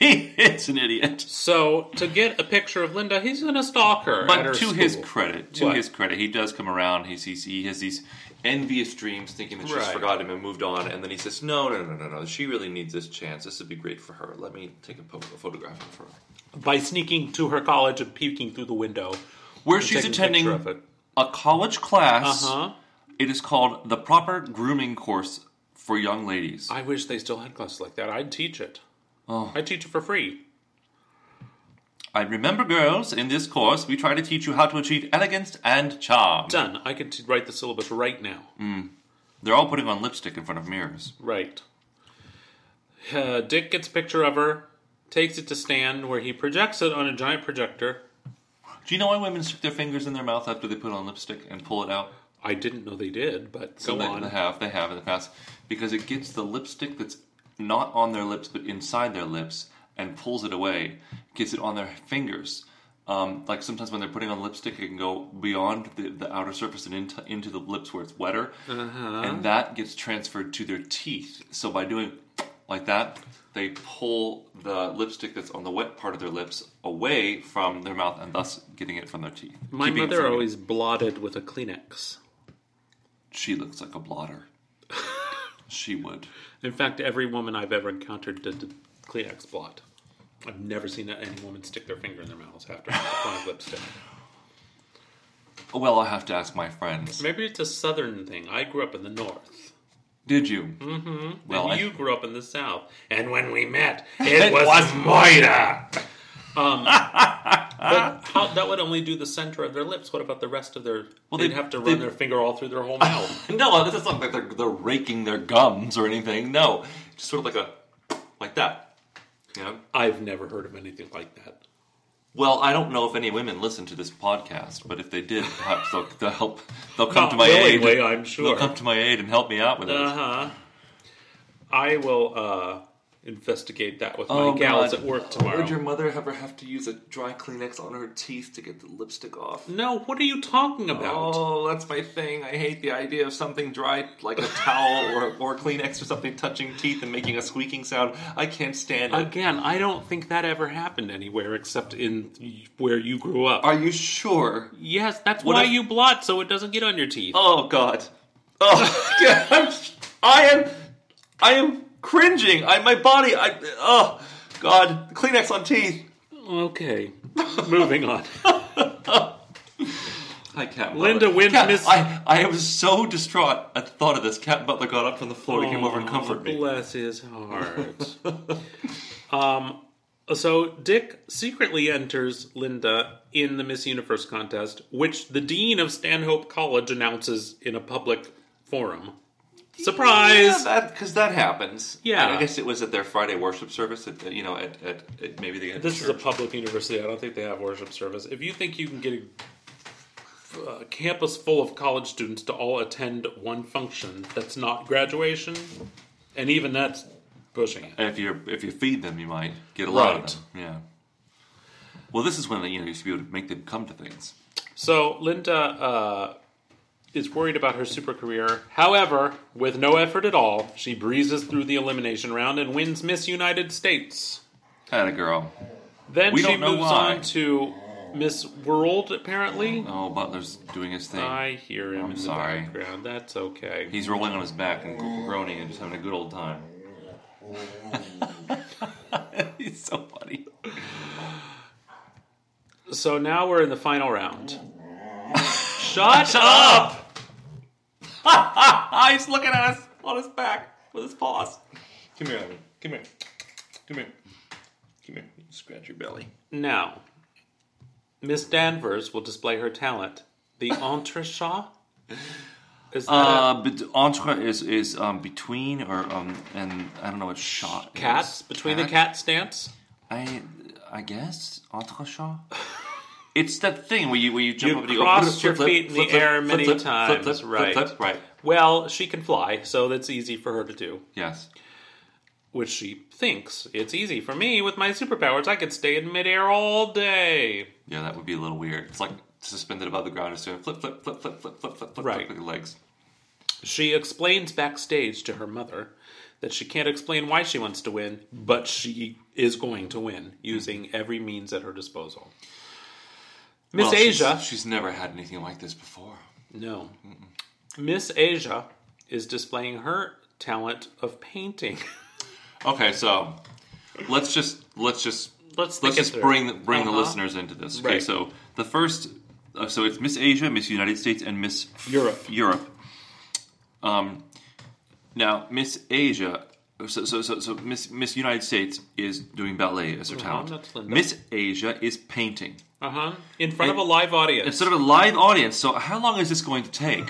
Speaker 3: it's an idiot.
Speaker 1: So to get a picture of Linda, he's gonna stalk her. at her
Speaker 3: But to his
Speaker 1: school.
Speaker 3: credit, to
Speaker 1: What?
Speaker 3: his credit, he does come around. He's, he's, he has these envious dreams, thinking that she's
Speaker 1: Right.
Speaker 3: forgot him and moved on. And then he says, "No, no, no, no, no. She really needs this chance. This would be great for her. Let me take a, po- a photograph of her."
Speaker 1: by sneaking to her college and peeking through the window,
Speaker 3: Where
Speaker 1: and
Speaker 3: she's
Speaker 1: taking a picture
Speaker 3: attending
Speaker 1: of it.
Speaker 3: a college class.
Speaker 1: Uh-huh.
Speaker 3: It is called the proper grooming course for young ladies.
Speaker 1: I wish they still had classes like that. I'd teach it. Oh. I'd teach it for free.
Speaker 3: I remember, girls, in this course, we try to teach you how to achieve elegance and charm.
Speaker 1: Done. I could t- write the syllabus right now.
Speaker 3: They're all putting on lipstick in front of mirrors.
Speaker 1: Right. Uh, Dick gets a picture of her, takes it to Stan, where he projects it on a giant projector.
Speaker 3: Do you know why women stick their fingers in their mouth after they put on lipstick and pull it out?
Speaker 1: I didn't know they did, but
Speaker 3: So
Speaker 1: go
Speaker 3: they,
Speaker 1: on.
Speaker 3: they have, they have in the past, because it gets the lipstick that's not on their lips but inside their lips and pulls it away, gets it on their fingers. Um, like sometimes when they're putting on lipstick, it can go beyond the, the outer surface and into, into the lips where it's wetter,
Speaker 1: Uh-huh.
Speaker 3: and that gets transferred to their teeth. So by doing like that, they pull the lipstick that's on the wet part of their lips away from their mouth, and thus getting it from their teeth.
Speaker 1: My
Speaker 3: Keeping it
Speaker 1: mother
Speaker 3: from-
Speaker 1: always blotted with a Kleenex.
Speaker 3: She looks like a blotter. she would.
Speaker 1: In fact, every woman I've ever encountered did the Kleenex blot. I've never seen any woman stick their finger in their mouths after applying lipstick.
Speaker 3: Well, I'll have to ask my friends.
Speaker 1: Maybe it's a southern thing. I grew up in the north.
Speaker 3: Did you? Mm-hmm. Well,
Speaker 1: and
Speaker 3: I-
Speaker 1: you grew up in the south. And when we met, Oh, it was,
Speaker 3: was
Speaker 1: moira. Um, but how, that would only do the center of their lips. What about the rest of their? Well,
Speaker 3: Well,
Speaker 1: they'd
Speaker 3: they-
Speaker 1: have to
Speaker 3: they-
Speaker 1: run their finger all through their whole mouth.
Speaker 3: no, it's not like they're, they're raking their gums or anything. No, just sort of like a like that. You know?
Speaker 1: I've never heard of anything like that.
Speaker 3: Well, I don't know if any women listen to this podcast, but if they did, perhaps they'll, they'll help. They'll come
Speaker 1: Not
Speaker 3: to my
Speaker 1: willingly,
Speaker 3: aid.
Speaker 1: I'm sure.
Speaker 3: Uh-huh.
Speaker 1: Uh-huh.
Speaker 3: They'll come to my aid and help me out with it.
Speaker 1: Uh huh. I will. uh investigate that with
Speaker 3: Oh,
Speaker 1: my gals
Speaker 3: God.
Speaker 1: at work
Speaker 6: Would your
Speaker 1: tomorrow.
Speaker 6: mother ever have to use a dry Kleenex on her teeth to get the lipstick off?
Speaker 1: No, what are you talking about?
Speaker 6: Oh, that's my thing. I hate the idea of something dry, like a towel or, or Kleenex or something, touching teeth and making a squeaking sound. I can't stand it.
Speaker 1: Again, I don't think that ever happened anywhere except in where you grew up.
Speaker 6: Are you sure?
Speaker 1: yes, that's
Speaker 6: What
Speaker 1: why
Speaker 6: if-
Speaker 1: you blot so it doesn't get on your teeth.
Speaker 6: Oh God. Oh, yeah, I'm, I am. I am cringing. I my body. I oh God. Kleenex on teeth.
Speaker 1: Okay, moving on.
Speaker 6: Hi, Cat.
Speaker 1: Linda
Speaker 6: Butler.
Speaker 1: Wynn's
Speaker 6: Cat,
Speaker 1: Miss-
Speaker 6: I I was so distraught at the thought of this. Cat Butler got up from the floor and came over and comforted me.
Speaker 1: Oh, Bless his heart. um, so Dick secretly enters Linda in the Miss Universe contest, which the dean of Stanhope College announces in a public forum. Surprise!
Speaker 6: Yeah, because that, happens.
Speaker 1: Yeah.
Speaker 6: And I guess it was at their Friday worship service. At, at, you know, at, at, at maybe they. had
Speaker 1: This is a
Speaker 6: church.
Speaker 1: public university. I don't think they have worship service. If you think you can get a uh, campus full of college students to all attend one function that's not graduation, and even that's pushing it.
Speaker 3: If you if you feed them, you might get a
Speaker 1: lot
Speaker 3: lot
Speaker 1: of Right.
Speaker 3: of them. Yeah. Well, this is when you know you should be able to make them come to things.
Speaker 1: So Linda uh, is worried about her super career. However, with no effort at all, she breezes through the elimination round and wins Miss United States.
Speaker 3: Kind of girl.
Speaker 1: Then
Speaker 3: We
Speaker 1: she
Speaker 3: don't know
Speaker 1: moves
Speaker 3: why.
Speaker 1: on to Miss World, apparently.
Speaker 3: Oh, Butler's doing his thing.
Speaker 1: I hear him
Speaker 3: I'm
Speaker 1: in
Speaker 3: sorry.
Speaker 1: the background. That's okay.
Speaker 3: He's rolling on his back and groaning and just having a good old time. He's so funny.
Speaker 1: So now we're in the final round. Shut up!
Speaker 6: Ah, he's looking at us on his back with his paws.
Speaker 3: Come here, Evan. Come here. Come here. Come here. Scratch your belly.
Speaker 1: Now, Miss Danvers will display her talent. The entrechat? Is that it?
Speaker 3: Uh, but entre is is um, between or um and I don't know what shot. is.
Speaker 1: cats? Between the
Speaker 3: Cat?
Speaker 1: cat stance?
Speaker 3: I I guess entre shot. It's that thing where you where you jump
Speaker 1: You
Speaker 3: up and you
Speaker 1: cross
Speaker 3: go,
Speaker 1: your feet in the air many times,
Speaker 3: Flip, flip,
Speaker 1: right.
Speaker 3: Flip, flip, right.
Speaker 1: Well, she can fly, so that's easy for her to do.
Speaker 3: Yes.
Speaker 1: Which she thinks it's easy for me with my superpowers. I could stay in midair all day.
Speaker 3: Yeah, that would be a little weird. It's like suspended above the ground, just doing flip, flip, flip, flip, flip, flip, flip, flip,
Speaker 1: Right.
Speaker 3: flip with your legs.
Speaker 1: She explains backstage to her mother that she can't explain why she wants to win, but she is going to win using every means at her disposal. Miss
Speaker 3: Well, she's-
Speaker 1: Asia.
Speaker 3: she's never had anything like this before.
Speaker 1: No. Miss Asia is displaying her talent of painting.
Speaker 3: Okay, so let's just let's just
Speaker 1: Let's think
Speaker 3: let's
Speaker 1: it
Speaker 3: just
Speaker 1: through.
Speaker 3: bring the, bring the
Speaker 1: Uh-huh.
Speaker 3: listeners into this. Okay,
Speaker 1: Right.
Speaker 3: so the first, uh, so it's Miss Asia, Miss United States, and Miss
Speaker 1: Europe.
Speaker 3: Europe. Um, now Miss Asia, so so so, so Miss Miss United States is doing ballet as her
Speaker 1: Uh-huh, that's
Speaker 3: talent.
Speaker 1: Linda.
Speaker 3: Miss Asia is painting
Speaker 1: Uh huh. In front of a live audience.
Speaker 3: instead of a live audience. So how long is this going to take?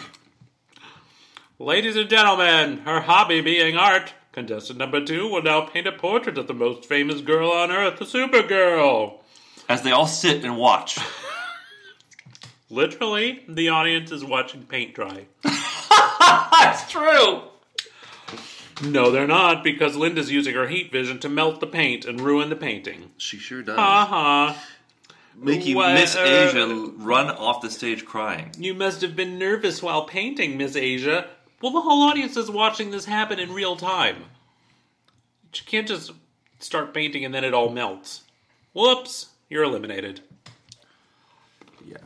Speaker 1: Ladies and gentlemen, her hobby being art, contestant number two will now paint a portrait of the most famous girl on earth, the Supergirl.
Speaker 3: As they all sit and watch.
Speaker 1: Literally, the audience is watching paint dry.
Speaker 6: That's true.
Speaker 1: No, they're not, because Linda's using her heat vision to melt the paint and ruin the painting.
Speaker 3: She sure does.
Speaker 1: Uh huh.
Speaker 3: Making
Speaker 1: Wha-
Speaker 3: Miss Asia run off the stage crying.
Speaker 1: You must have been nervous while painting, Miss Asia. Well, the whole audience is watching this happen in real time. You can't just start painting and then it all melts. Whoops, you're eliminated.
Speaker 3: Yeah.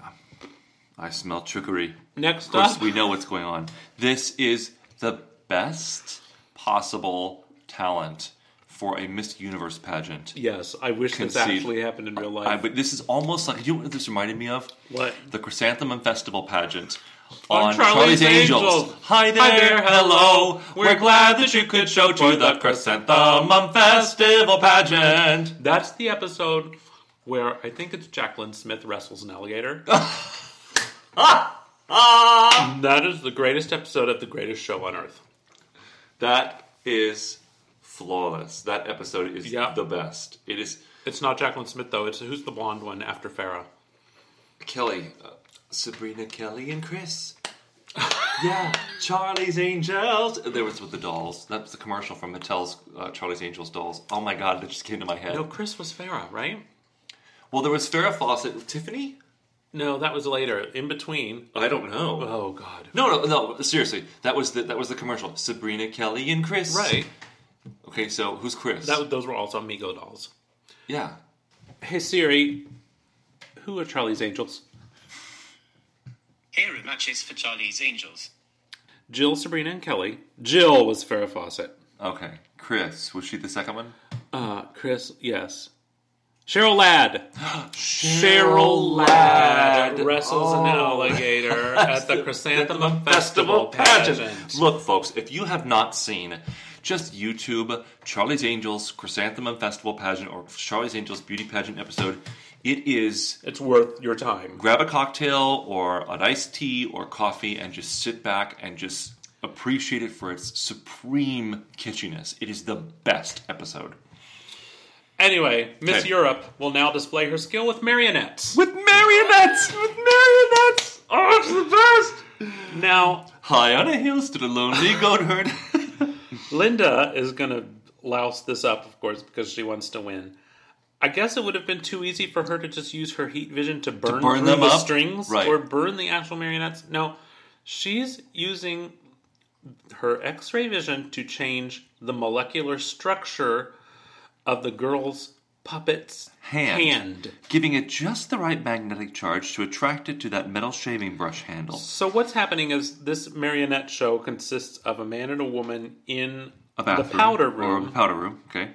Speaker 3: I smell trickery.
Speaker 1: Next
Speaker 3: Of course,
Speaker 1: up,
Speaker 3: we know what's going on. This is the best possible talent for a Miss Universe pageant.
Speaker 1: yes, I wish this
Speaker 3: Concede.
Speaker 1: actually happened in real life.
Speaker 3: I, but this is almost like you know what this reminded me of?
Speaker 1: What?
Speaker 3: The Chrysanthemum Festival pageant
Speaker 1: On
Speaker 3: on
Speaker 1: Charlie's
Speaker 3: Charlie's, Angels.
Speaker 1: Angels.
Speaker 3: Hi there,
Speaker 1: there, hello.
Speaker 3: hello.
Speaker 1: We're
Speaker 3: We're glad that you could show to the Chrysanthemum Festival pageant.
Speaker 1: That's the episode where I think it's Jacqueline Smith wrestles an alligator.
Speaker 3: Ah!
Speaker 1: that is the greatest episode of the greatest show on earth.
Speaker 6: That is flawless. That episode is
Speaker 1: Yeah.
Speaker 6: the best. It is
Speaker 1: It's not Jacqueline Smith though. It's who's the blonde one after Farah.
Speaker 6: Kelly, uh, Sabrina Kelly, and Chris.
Speaker 3: yeah, Charlie's Angels. There was with the dolls. That's the commercial from Mattel's uh, Charlie's Angels dolls. Oh my god, that just came to my head.
Speaker 1: No, Chris was Farah, right?
Speaker 3: Well, there was Farrah Fawcett, Tiffany.
Speaker 1: No, that was later. In between.
Speaker 3: I don't know.
Speaker 1: Oh God.
Speaker 3: Uh, No, no, no. Seriously, that was the that was the commercial. Sabrina Kelly and Chris.
Speaker 1: Right.
Speaker 3: Okay, so who's Chris?
Speaker 1: That those were also Mego dolls.
Speaker 3: yeah.
Speaker 1: Hey Siri, who are Charlie's Angels?
Speaker 7: Here are matches for Charlie's Angels.
Speaker 1: Jill, Sabrina, and Kelly. Jill was Farrah Fawcett.
Speaker 3: Okay, Chris. Was she the second one?
Speaker 1: Uh, Chris, yes. Cheryl Ladd.
Speaker 3: Cheryl Ladd.
Speaker 1: wrestles an alligator at the Chrysanthemum Oh. Festival pageant.
Speaker 3: Look, folks, if you have not seen, just YouTube Charlie's Angels Chrysanthemum Festival pageant or Charlie's Angels Beauty pageant episode. It is
Speaker 1: It's worth your time.
Speaker 3: grab a cocktail or an iced tea or coffee and just sit back and just appreciate it for its supreme kitschiness. It is the best episode.
Speaker 1: Anyway, Miss
Speaker 3: Okay.
Speaker 1: Europe will now display her skill with marionettes.
Speaker 3: With marionettes! With marionettes! Oh, it's the best!
Speaker 1: Now,
Speaker 3: High on a hill stood a lonely goat herd.
Speaker 1: Linda is going to louse this up, of course, because she wants to win. I guess it would have been too easy for her to just use her heat vision to burn,
Speaker 3: burn
Speaker 1: through
Speaker 3: them
Speaker 1: the
Speaker 3: up?
Speaker 1: strings
Speaker 3: Right.
Speaker 1: or burn the actual marionettes. No, she's using her X ray vision to change the molecular structure of the girl's puppet's
Speaker 3: Hand.
Speaker 1: hand.
Speaker 3: Giving it just the right magnetic charge to attract it to that metal shaving brush handle.
Speaker 1: So what's happening is this marionette show consists of a man and a woman in
Speaker 3: A
Speaker 1: the
Speaker 3: bathroom.
Speaker 1: powder room,
Speaker 3: Or a powder room, okay.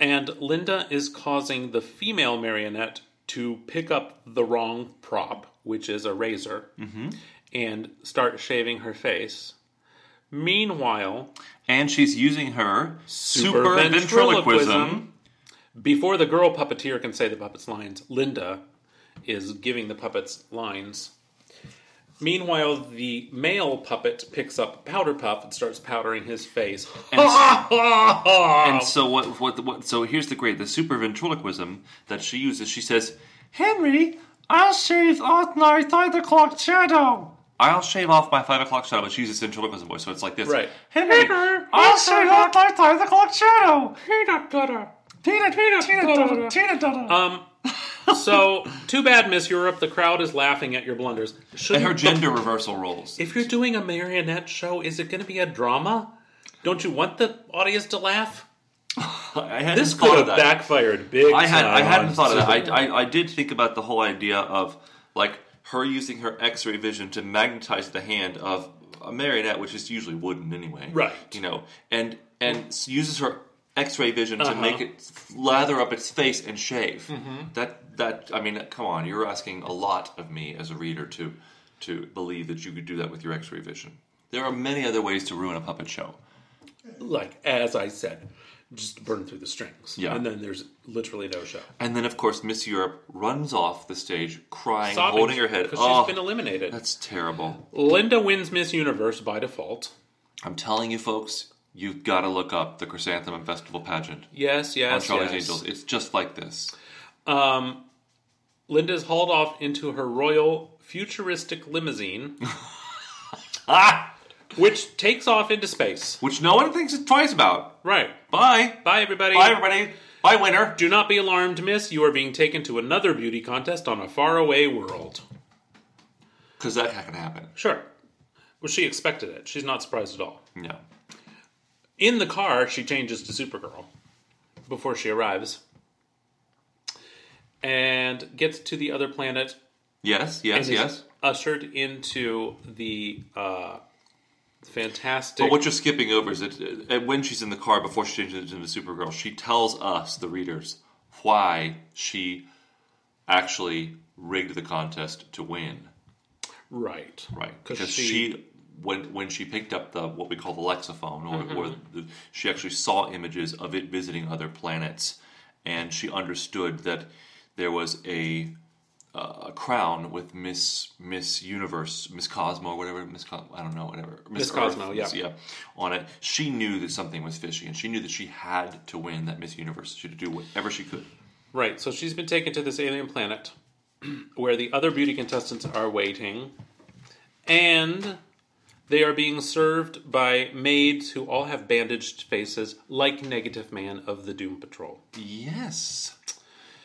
Speaker 1: and Linda is causing the female marionette to pick up the wrong prop, which is a razor,
Speaker 3: Mm-hmm.
Speaker 1: and start shaving her face. Meanwhile,
Speaker 3: And she's using her super, ventriloquism
Speaker 1: Before the girl puppeteer can say the puppet's lines, Linda is giving the puppets lines. Meanwhile, the male puppet picks up a powder puff and starts powdering his face.
Speaker 3: And so what, what? What? So here's the great. The super ventriloquism that she uses. She says, "Henry, I'll shave off my five o'clock shadow." I'll shave off my five o'clock shadow. But she uses ventriloquism voice, so it's like this.
Speaker 1: Right.
Speaker 3: Henry, I'll shave off my five o'clock shadow.
Speaker 1: Peanut butter.
Speaker 3: Peanut, peanut, peanut, peanut, peanut.
Speaker 1: Um, so, too bad, Miss Europe. The crowd is laughing at your blunders.
Speaker 3: And her
Speaker 1: Shouldn't-
Speaker 3: gender reversal roles.
Speaker 1: if you're doing a marionette show, is it going to be a drama? Don't you want the audience to laugh?
Speaker 3: I hadn't
Speaker 1: This
Speaker 3: thought
Speaker 1: could
Speaker 3: of
Speaker 1: have
Speaker 3: that.
Speaker 1: backfired big.
Speaker 3: I had I
Speaker 1: time
Speaker 3: hadn't
Speaker 1: on
Speaker 3: thought of that.
Speaker 1: Susan.
Speaker 3: I, I I did think about the whole idea of like her using her X-ray vision to magnetize the hand of a marionette, which is usually wooden anyway,
Speaker 1: Right.
Speaker 3: You know, and and s- uses her X-ray vision
Speaker 1: Uh-huh.
Speaker 3: to make it lather up its face and shave.
Speaker 1: Mm-hmm.
Speaker 3: That that I mean, come on, you're asking a lot of me as a reader to to believe that you could do that with your X-ray vision. There are many other ways to ruin a puppet show.
Speaker 1: like as I said, just burn through the strings.
Speaker 3: Yeah.
Speaker 1: And then there's literally no show.
Speaker 3: And then, of course, Miss Europe runs off the stage crying,
Speaker 1: Sobbing
Speaker 3: holding her head.
Speaker 1: because
Speaker 3: Oh,
Speaker 1: she's been eliminated.
Speaker 3: That's terrible.
Speaker 1: Linda wins Miss Universe by default.
Speaker 3: I'm telling you, folks, you've got to look up the Chrysanthemum Festival pageant
Speaker 1: Yes,
Speaker 3: on
Speaker 1: yes,
Speaker 3: Charlie's
Speaker 1: yes.
Speaker 3: Angels. It's just like this.
Speaker 1: Um, Linda's hauled off into her royal futuristic limousine,
Speaker 3: Ah!
Speaker 1: which takes off into space.
Speaker 3: Which no one thinks twice about.
Speaker 1: Right.
Speaker 3: Bye.
Speaker 1: Bye, everybody.
Speaker 3: Bye, everybody. Bye, winner.
Speaker 1: Do not be alarmed, miss. You are being taken to another beauty contest on a faraway world.
Speaker 3: Because that can happen.
Speaker 1: Sure. Well, she expected it. She's not surprised at all.
Speaker 3: No.
Speaker 1: In the car, she changes to Supergirl before she arrives and gets to the other planet
Speaker 3: Yes, yes,
Speaker 1: and is
Speaker 3: yes.
Speaker 1: ushered into the uh, fantastic.
Speaker 3: But what you're skipping over is that uh, when she's in the car before she changes into Supergirl, she tells us, the readers, why she actually rigged the contest to win.
Speaker 1: right.
Speaker 3: Right,
Speaker 1: Because
Speaker 3: because
Speaker 1: she,
Speaker 3: she, when when she picked up the what we call the lexophone, or,
Speaker 1: Mm-hmm.
Speaker 3: or the, she actually saw images of it visiting other planets, and she understood that there was a uh, a crown with Miss Miss Universe, Miss Cosmo, whatever Miss Co- I don't know, whatever
Speaker 1: Miss Cosmo,
Speaker 3: Miss-
Speaker 1: yeah.
Speaker 3: yeah, on it. She knew that something was fishy, and she knew that she had to win that Miss Universe. She had to do whatever she could.
Speaker 1: Right. So she's been taken to this alien planet where the other beauty contestants are waiting. and they are being served by maids who all have bandaged faces, like Negative Man of the Doom Patrol.
Speaker 3: Yes.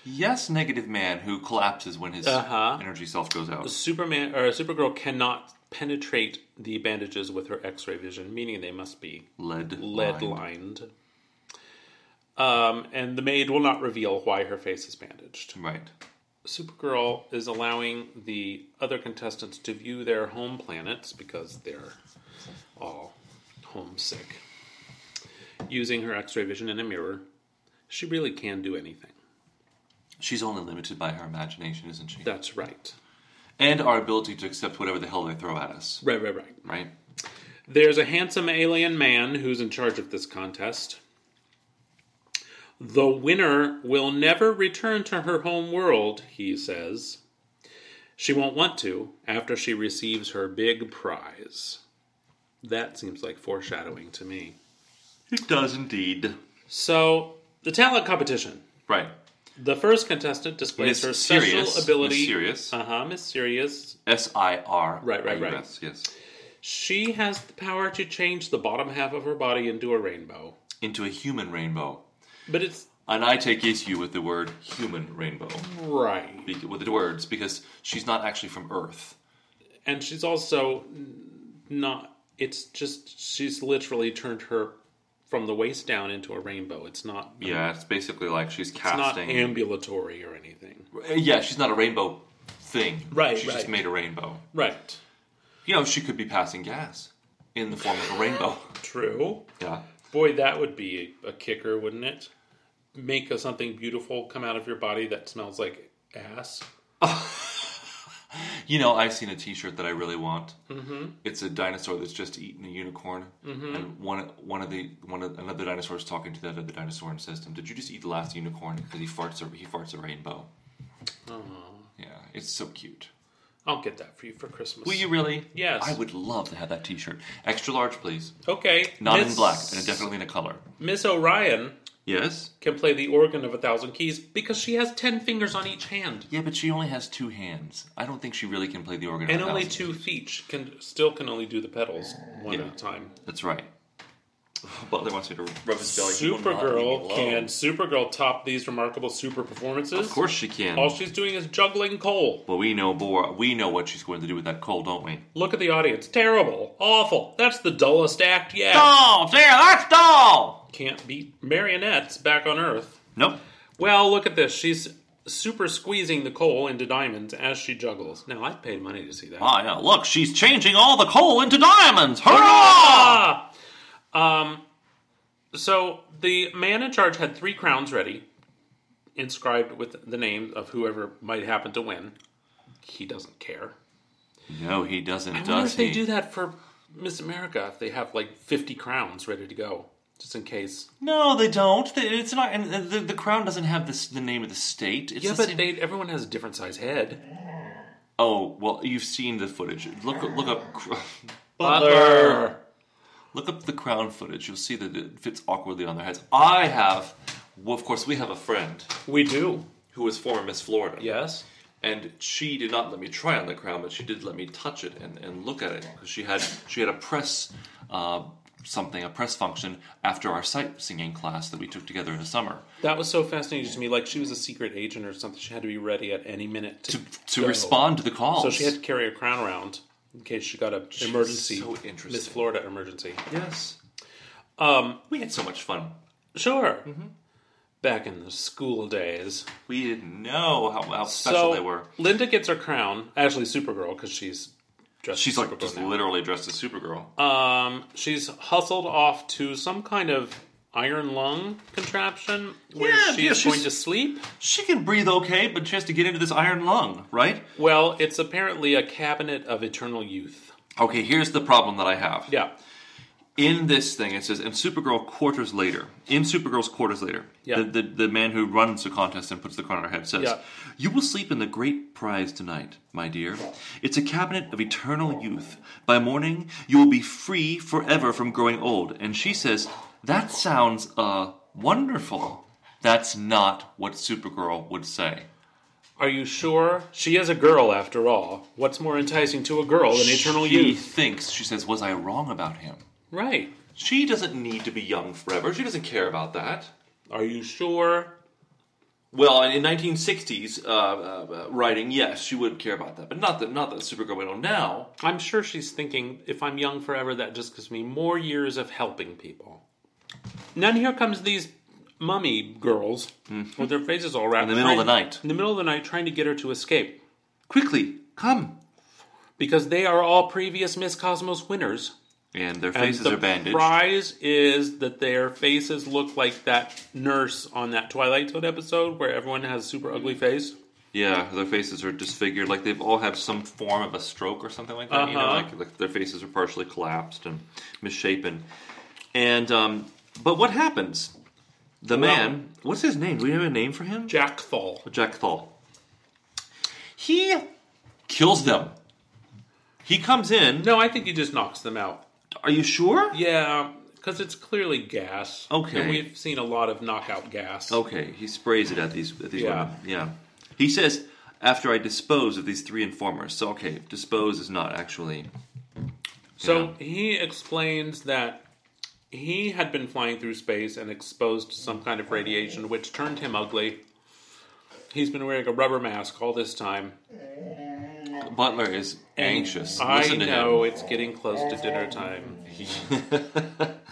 Speaker 3: Yes, negative man who collapses when his
Speaker 1: Uh-huh.
Speaker 3: energy self goes out.
Speaker 1: Superman or Supergirl cannot penetrate the bandages with her X-ray vision, meaning they must be
Speaker 3: Lead.
Speaker 1: lead
Speaker 3: lined.
Speaker 1: lined. Um, and the maid will not reveal why her face is bandaged.
Speaker 3: Right.
Speaker 1: Supergirl is allowing the other contestants to view their home planets because they're all homesick. Using her x ray vision and a mirror, she really can do anything.
Speaker 3: She's only limited by her imagination, isn't she?
Speaker 1: That's right.
Speaker 3: And our ability to accept whatever the hell they throw at us.
Speaker 1: Right, right, right.
Speaker 3: Right?
Speaker 1: There's a handsome alien man who's in charge of this contest. The winner will never return to her home world, he says. She won't want to after she receives her big prize. That seems like foreshadowing to me.
Speaker 3: It does indeed.
Speaker 1: So, the talent competition.
Speaker 3: Right.
Speaker 1: The first contestant
Speaker 3: Miss
Speaker 1: displays her special
Speaker 3: Sirius.
Speaker 1: ability.
Speaker 3: Miss Sirius.
Speaker 1: Uh huh, Miss Sirius.
Speaker 3: S I R.
Speaker 1: Right, right, right.
Speaker 3: Yes, yes.
Speaker 1: She has the power to change the bottom half of her body into a rainbow.
Speaker 3: Into a human rainbow.
Speaker 1: But it's
Speaker 3: And I take issue with the word human rainbow,
Speaker 1: right.
Speaker 3: be- with the words, because she's not actually from Earth.
Speaker 1: and she's also n- not it's just she's literally turned her from the waist down into a rainbow it's not
Speaker 3: Yeah, it's basically like she's
Speaker 1: it's not
Speaker 3: casting.
Speaker 1: ambulatory or anything
Speaker 3: yeah, she's not a rainbow thing.
Speaker 1: Right,
Speaker 3: She's
Speaker 1: right.
Speaker 3: just made a rainbow.
Speaker 1: right
Speaker 3: You know, she could be passing gas in the form of a rainbow.
Speaker 1: true
Speaker 3: Yeah.
Speaker 1: boy that would be a kicker wouldn't it make a, something beautiful come out of your body that smells like ass
Speaker 3: You know, I've seen a T-shirt that I really want. Mm-hmm. It's a dinosaur that's just eaten a unicorn, and one one of the one of, another dinosaur is talking to that other dinosaur and says to him, "Did you just eat the last unicorn? Because he farts a he farts a rainbow." Oh. Yeah, it's so cute.
Speaker 1: i'll get that for you for christmas
Speaker 3: Will you really?
Speaker 1: Yes.
Speaker 3: I would love to have that T-shirt. Extra large, please.
Speaker 1: okay
Speaker 3: Not in
Speaker 1: Miss-
Speaker 3: black, and definitely in a color.
Speaker 1: miss orion
Speaker 3: Yes.
Speaker 1: can play the organ of a thousand keys because she has ten fingers on each hand
Speaker 3: Yeah, but she only has two hands. I don't think she really can play the organ.
Speaker 1: and
Speaker 3: on a
Speaker 1: only
Speaker 3: thousand.
Speaker 1: two feet She can still can only do the pedals one
Speaker 3: Yeah.
Speaker 1: at a time
Speaker 3: That's right. Butler wants me to rub his belly. He will not leave me
Speaker 1: Supergirl
Speaker 3: alone.
Speaker 1: can Supergirl top these remarkable super performances?
Speaker 3: Of course she can.
Speaker 1: All she's doing is juggling coal.
Speaker 3: But we know more. We know what she's going to do with that coal, don't we?
Speaker 1: Look at the audience. Terrible. Awful. That's the dullest act yet.
Speaker 3: Doll, there, that's doll.
Speaker 1: Can't beat marionettes back on Earth.
Speaker 3: Nope.
Speaker 1: Well, look at this. She's super squeezing the coal into diamonds as she juggles. Now, I've paid money to see that.
Speaker 3: Ah, yeah. Look, she's changing all the coal into diamonds.
Speaker 1: Oh,
Speaker 3: Hurrah!
Speaker 1: Um, So the man in charge had three crowns ready, inscribed with the name of whoever might happen to win. He doesn't care.
Speaker 3: No, he doesn't.
Speaker 1: I wonder
Speaker 3: does
Speaker 1: if they
Speaker 3: he?
Speaker 1: do that for Miss America if they have like 50 crowns ready to go, just in case.
Speaker 3: No, they don't. They- It's not. And uh, the, the crown doesn't have this, the name of the state. It's
Speaker 1: Yeah,
Speaker 3: the
Speaker 1: but
Speaker 3: same-
Speaker 1: they, everyone has a different size head.
Speaker 3: Oh well, you've seen the footage. Look, look up.
Speaker 1: Butler.
Speaker 3: Look up the crown footage. You'll see that it fits awkwardly on their heads. I have. Well, of course, we have a friend
Speaker 1: We do.
Speaker 3: who was former Miss Florida.
Speaker 1: Yes.
Speaker 3: and she did not let me try on the crown, but she did let me touch it and, and look at it because she had she had a press uh, something a press function after our sight singing class that we took together in the summer
Speaker 1: That was so fascinating to me. Like she was a secret agent or something. She had to be ready at any minute to,
Speaker 3: to to
Speaker 1: go.
Speaker 3: respond to the calls.
Speaker 1: So she had to carry a crown around in case she got an emergency.
Speaker 3: so interesting.
Speaker 1: Miss Florida emergency.
Speaker 3: yes. Um, we had so much fun.
Speaker 1: Sure.
Speaker 3: Mm-hmm.
Speaker 1: Back in the school days.
Speaker 3: We didn't know how, how special
Speaker 1: so
Speaker 3: they were.
Speaker 1: Linda gets her crown. Actually, Supergirl because she's dressed.
Speaker 3: She's
Speaker 1: as
Speaker 3: like
Speaker 1: Supergirl
Speaker 3: just
Speaker 1: now.
Speaker 3: literally dressed as Supergirl. Uh,
Speaker 1: Um, she's hustled off to some kind of iron lung contraption where
Speaker 3: Yeah,
Speaker 1: she's
Speaker 3: yeah, she's-
Speaker 1: going to sleep.
Speaker 3: she can breathe okay, but she has to get into this iron lung, right?
Speaker 1: Well, it's apparently a cabinet of eternal youth.
Speaker 3: Okay, here's the problem that I have.
Speaker 1: Yeah,
Speaker 3: in this thing it says in supergirl quarters later in supergirl's quarters later
Speaker 1: Yeah.
Speaker 3: the, the, the man who runs the contest and puts the crown on her head says
Speaker 1: Yeah.
Speaker 3: you will sleep in the great prize tonight my dear it's a cabinet of eternal youth by morning you will be free forever from growing old and she says that sounds uh wonderful that's not what supergirl would say
Speaker 1: Are you sure? She is a girl, after all. What's more enticing to a girl than eternal
Speaker 3: she
Speaker 1: youth?
Speaker 3: thinks, she says, was I wrong about him?
Speaker 1: Right.
Speaker 3: She doesn't need to be young forever. She doesn't care about that.
Speaker 1: Are you sure?
Speaker 3: Well, in in 1960s uh, uh, uh, writing, yes, she would care about that, but not that not that Supergirl we know now.
Speaker 1: I'm sure she's thinking, if I'm young forever, that just gives me more years of helping people. And then here comes these mummy girls with their faces all
Speaker 3: Mm-hmm.
Speaker 1: wrapped
Speaker 3: In the middle of the
Speaker 1: trying-
Speaker 3: night.
Speaker 1: In the middle of the night, trying to get her to escape
Speaker 3: Quickly, come!
Speaker 1: because they are all previous Miss Cosmos winners.
Speaker 3: And their
Speaker 1: And
Speaker 3: faces
Speaker 1: the
Speaker 3: are bandaged.
Speaker 1: prize is that their faces look like that nurse on that Twilight Zone episode where everyone has a super ugly face.
Speaker 3: Yeah, their faces are disfigured, like they've all had some form of a stroke or something like that. You know,
Speaker 1: Uh-huh.
Speaker 3: like, like their faces are partially collapsed and misshapen. And um, but what happens? The man, what's his name? Do we have a name for him?
Speaker 1: Jack Fall.
Speaker 3: Jack Thal. He kills them. He comes in.
Speaker 1: No, I think he just knocks them out.
Speaker 3: Are you sure?
Speaker 1: Yeah, because it's clearly gas.
Speaker 3: Okay.
Speaker 1: And we've seen a lot of knockout gas.
Speaker 3: Okay, he sprays it at these at these
Speaker 1: Yeah.
Speaker 3: women. Yeah. He says, after I dispose of these three informers. So okay, dispose is not actually
Speaker 1: So he explains that he had been flying through space and exposed to some kind of radiation, which turned him ugly. He's been wearing a rubber mask all this time.
Speaker 3: Butler is anxious.
Speaker 1: I
Speaker 3: Listen to
Speaker 1: know it's getting close to dinner time.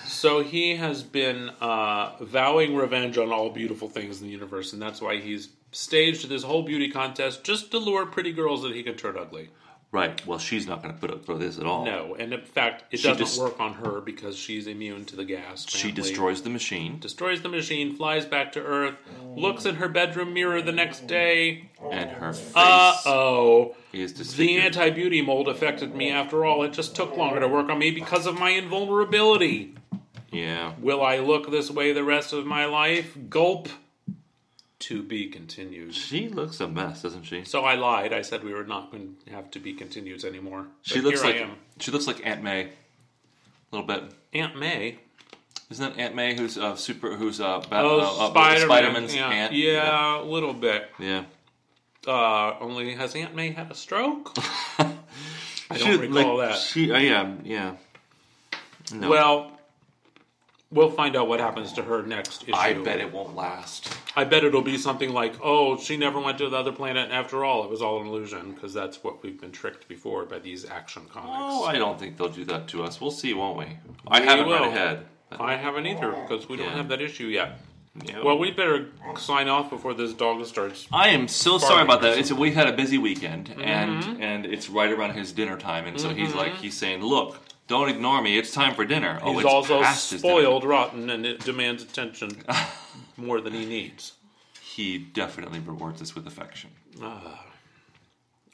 Speaker 1: So he has been uh, vowing revenge on all beautiful things in the universe, and that's why he's staged this whole beauty contest just to lure pretty girls that he can turn ugly.
Speaker 3: right. Well, she's not going to put up for this at all.
Speaker 1: No, and in fact, it
Speaker 3: She
Speaker 1: doesn't
Speaker 3: dis-
Speaker 1: work on her because she's immune to the gas.
Speaker 3: She
Speaker 1: apparently.
Speaker 3: destroys the machine
Speaker 1: destroys the machine, flies back to Earth, looks in her bedroom mirror the
Speaker 3: Oh.
Speaker 1: next day.
Speaker 3: and her face
Speaker 1: Uh oh.
Speaker 3: is
Speaker 1: The
Speaker 3: disfigured.
Speaker 1: anti beauty mold affected me after all. It just took longer to work on me because of my invulnerability.
Speaker 3: yeah.
Speaker 1: Will I look this way the rest of my life? Gulp. To be continued.
Speaker 3: She looks a mess, doesn't she?
Speaker 1: So I lied. I said we were not going to have to be continued anymore.
Speaker 3: She
Speaker 1: But
Speaker 3: looks
Speaker 1: here
Speaker 3: like
Speaker 1: I am.
Speaker 3: she looks like Aunt May. A little bit.
Speaker 1: Aunt May.
Speaker 3: Isn't that Aunt May who's uh, super? Who's uh, ba-
Speaker 1: Oh,
Speaker 3: uh, uh,
Speaker 1: Spider-Man.
Speaker 3: Spider-Man's
Speaker 1: yeah.
Speaker 3: aunt?
Speaker 1: Yeah, a little bit.
Speaker 3: yeah.
Speaker 1: Uh, only has Aunt May had a stroke? I
Speaker 3: She-
Speaker 1: don't recall
Speaker 3: like,
Speaker 1: that.
Speaker 3: She, uh, yeah, yeah. No.
Speaker 1: Well, we'll find out what happens to her next issue.
Speaker 3: I bet it won't last.
Speaker 1: I bet it'll be something like, "Oh, she never went to the other planet. After all, it was all an illusion." Because that's what we've been tricked before by these action comics.
Speaker 3: Oh, I don't think they'll do that to us. We'll see, won't we? I haven't read
Speaker 1: will.
Speaker 3: ahead. but-
Speaker 1: I haven't either because we
Speaker 3: Yeah.
Speaker 1: don't have that issue yet.
Speaker 3: yeah.
Speaker 1: Well, we better sign off before this dog starts.
Speaker 3: I am so sorry about that. It's we've had a busy weekend,
Speaker 1: Mm-hmm.
Speaker 3: and and it's right around his dinner time, and so he's like he's saying, "Look, don't ignore me. It's time for dinner." Oh,
Speaker 1: Mm-hmm. He's
Speaker 3: it's
Speaker 1: also
Speaker 3: past his dinner.
Speaker 1: spoiled, rotten, and it demands attention more than he needs.
Speaker 3: He definitely rewards us with affection.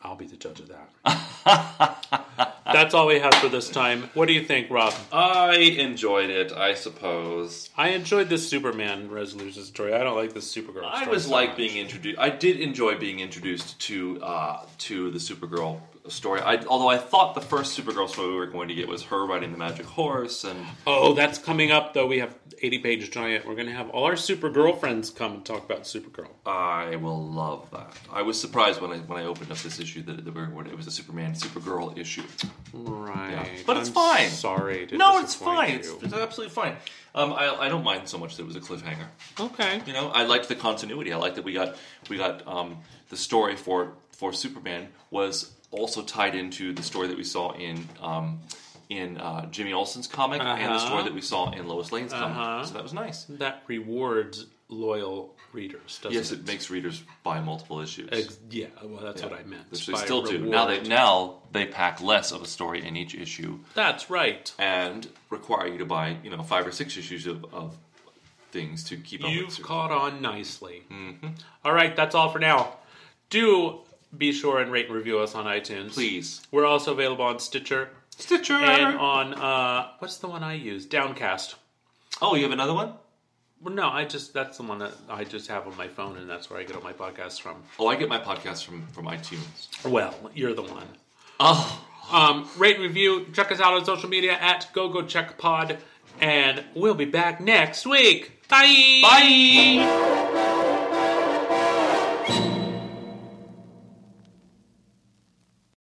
Speaker 1: I'll be the judge of that. That's all we have for this time. What do you think, Rob?
Speaker 3: I enjoyed it, I suppose.
Speaker 1: I enjoyed this Superman resolution story. I don't like this Supergirl.
Speaker 3: I
Speaker 1: story
Speaker 3: was
Speaker 1: so
Speaker 3: like
Speaker 1: much.
Speaker 3: being introduced. I did enjoy being introduced to uh, to the Supergirl story. I, although I thought the first Supergirl story we were going to get was her riding the magic horse, and
Speaker 1: Oh, that's coming up though. We have eighty page giant. We're gonna have all our Supergirl friends come and talk about Supergirl.
Speaker 3: I will love that. I was surprised when I when I opened up this issue that it, that we were- it was a Superman Supergirl issue.
Speaker 1: Right,
Speaker 3: But it's
Speaker 1: I'm
Speaker 3: fine.
Speaker 1: Sorry, to
Speaker 3: no, it's
Speaker 1: disappoint
Speaker 3: fine. It's,
Speaker 1: you.
Speaker 3: it's absolutely fine. Um, I, I don't mind so much that it was a cliffhanger.
Speaker 1: okay.
Speaker 3: You know, I liked the continuity. I liked that we got we got um, the story for for Superman was also tied into the story that we saw in um, in uh, Jimmy Olsen's comic and the story that we saw in Lois Lane's comic. So that was nice.
Speaker 1: Uh-huh. That rewards loyal readers, doesn't
Speaker 3: Yes,
Speaker 1: it?
Speaker 3: it makes readers buy multiple issues.
Speaker 1: Ex- yeah, well, that's what I meant.
Speaker 3: Which they
Speaker 1: by
Speaker 3: still do.
Speaker 1: reward.
Speaker 3: Now they now they pack less of a story in each issue
Speaker 1: That's right.
Speaker 3: and require you to buy, you know, five or six issues of, of things to keep up with.
Speaker 1: You've
Speaker 3: Superman.
Speaker 1: caught on nicely. All right, that's all for now. Do be sure and rate and review us on iTunes.
Speaker 3: Please.
Speaker 1: We're also available on Stitcher
Speaker 3: Stitcher.
Speaker 1: and on, uh, what's the one I use? Downcast.
Speaker 3: oh, you have another one?
Speaker 1: Well, no, I just, that's the one that I just have on my phone, and that's where I get all my podcasts from.
Speaker 3: Oh, I get my podcast from from iTunes.
Speaker 1: Well, you're the one.
Speaker 3: Oh,
Speaker 1: Um, rate and review. Check us out on social media at GoGoCheckPod, and we'll be back next week. Bye.
Speaker 3: bye.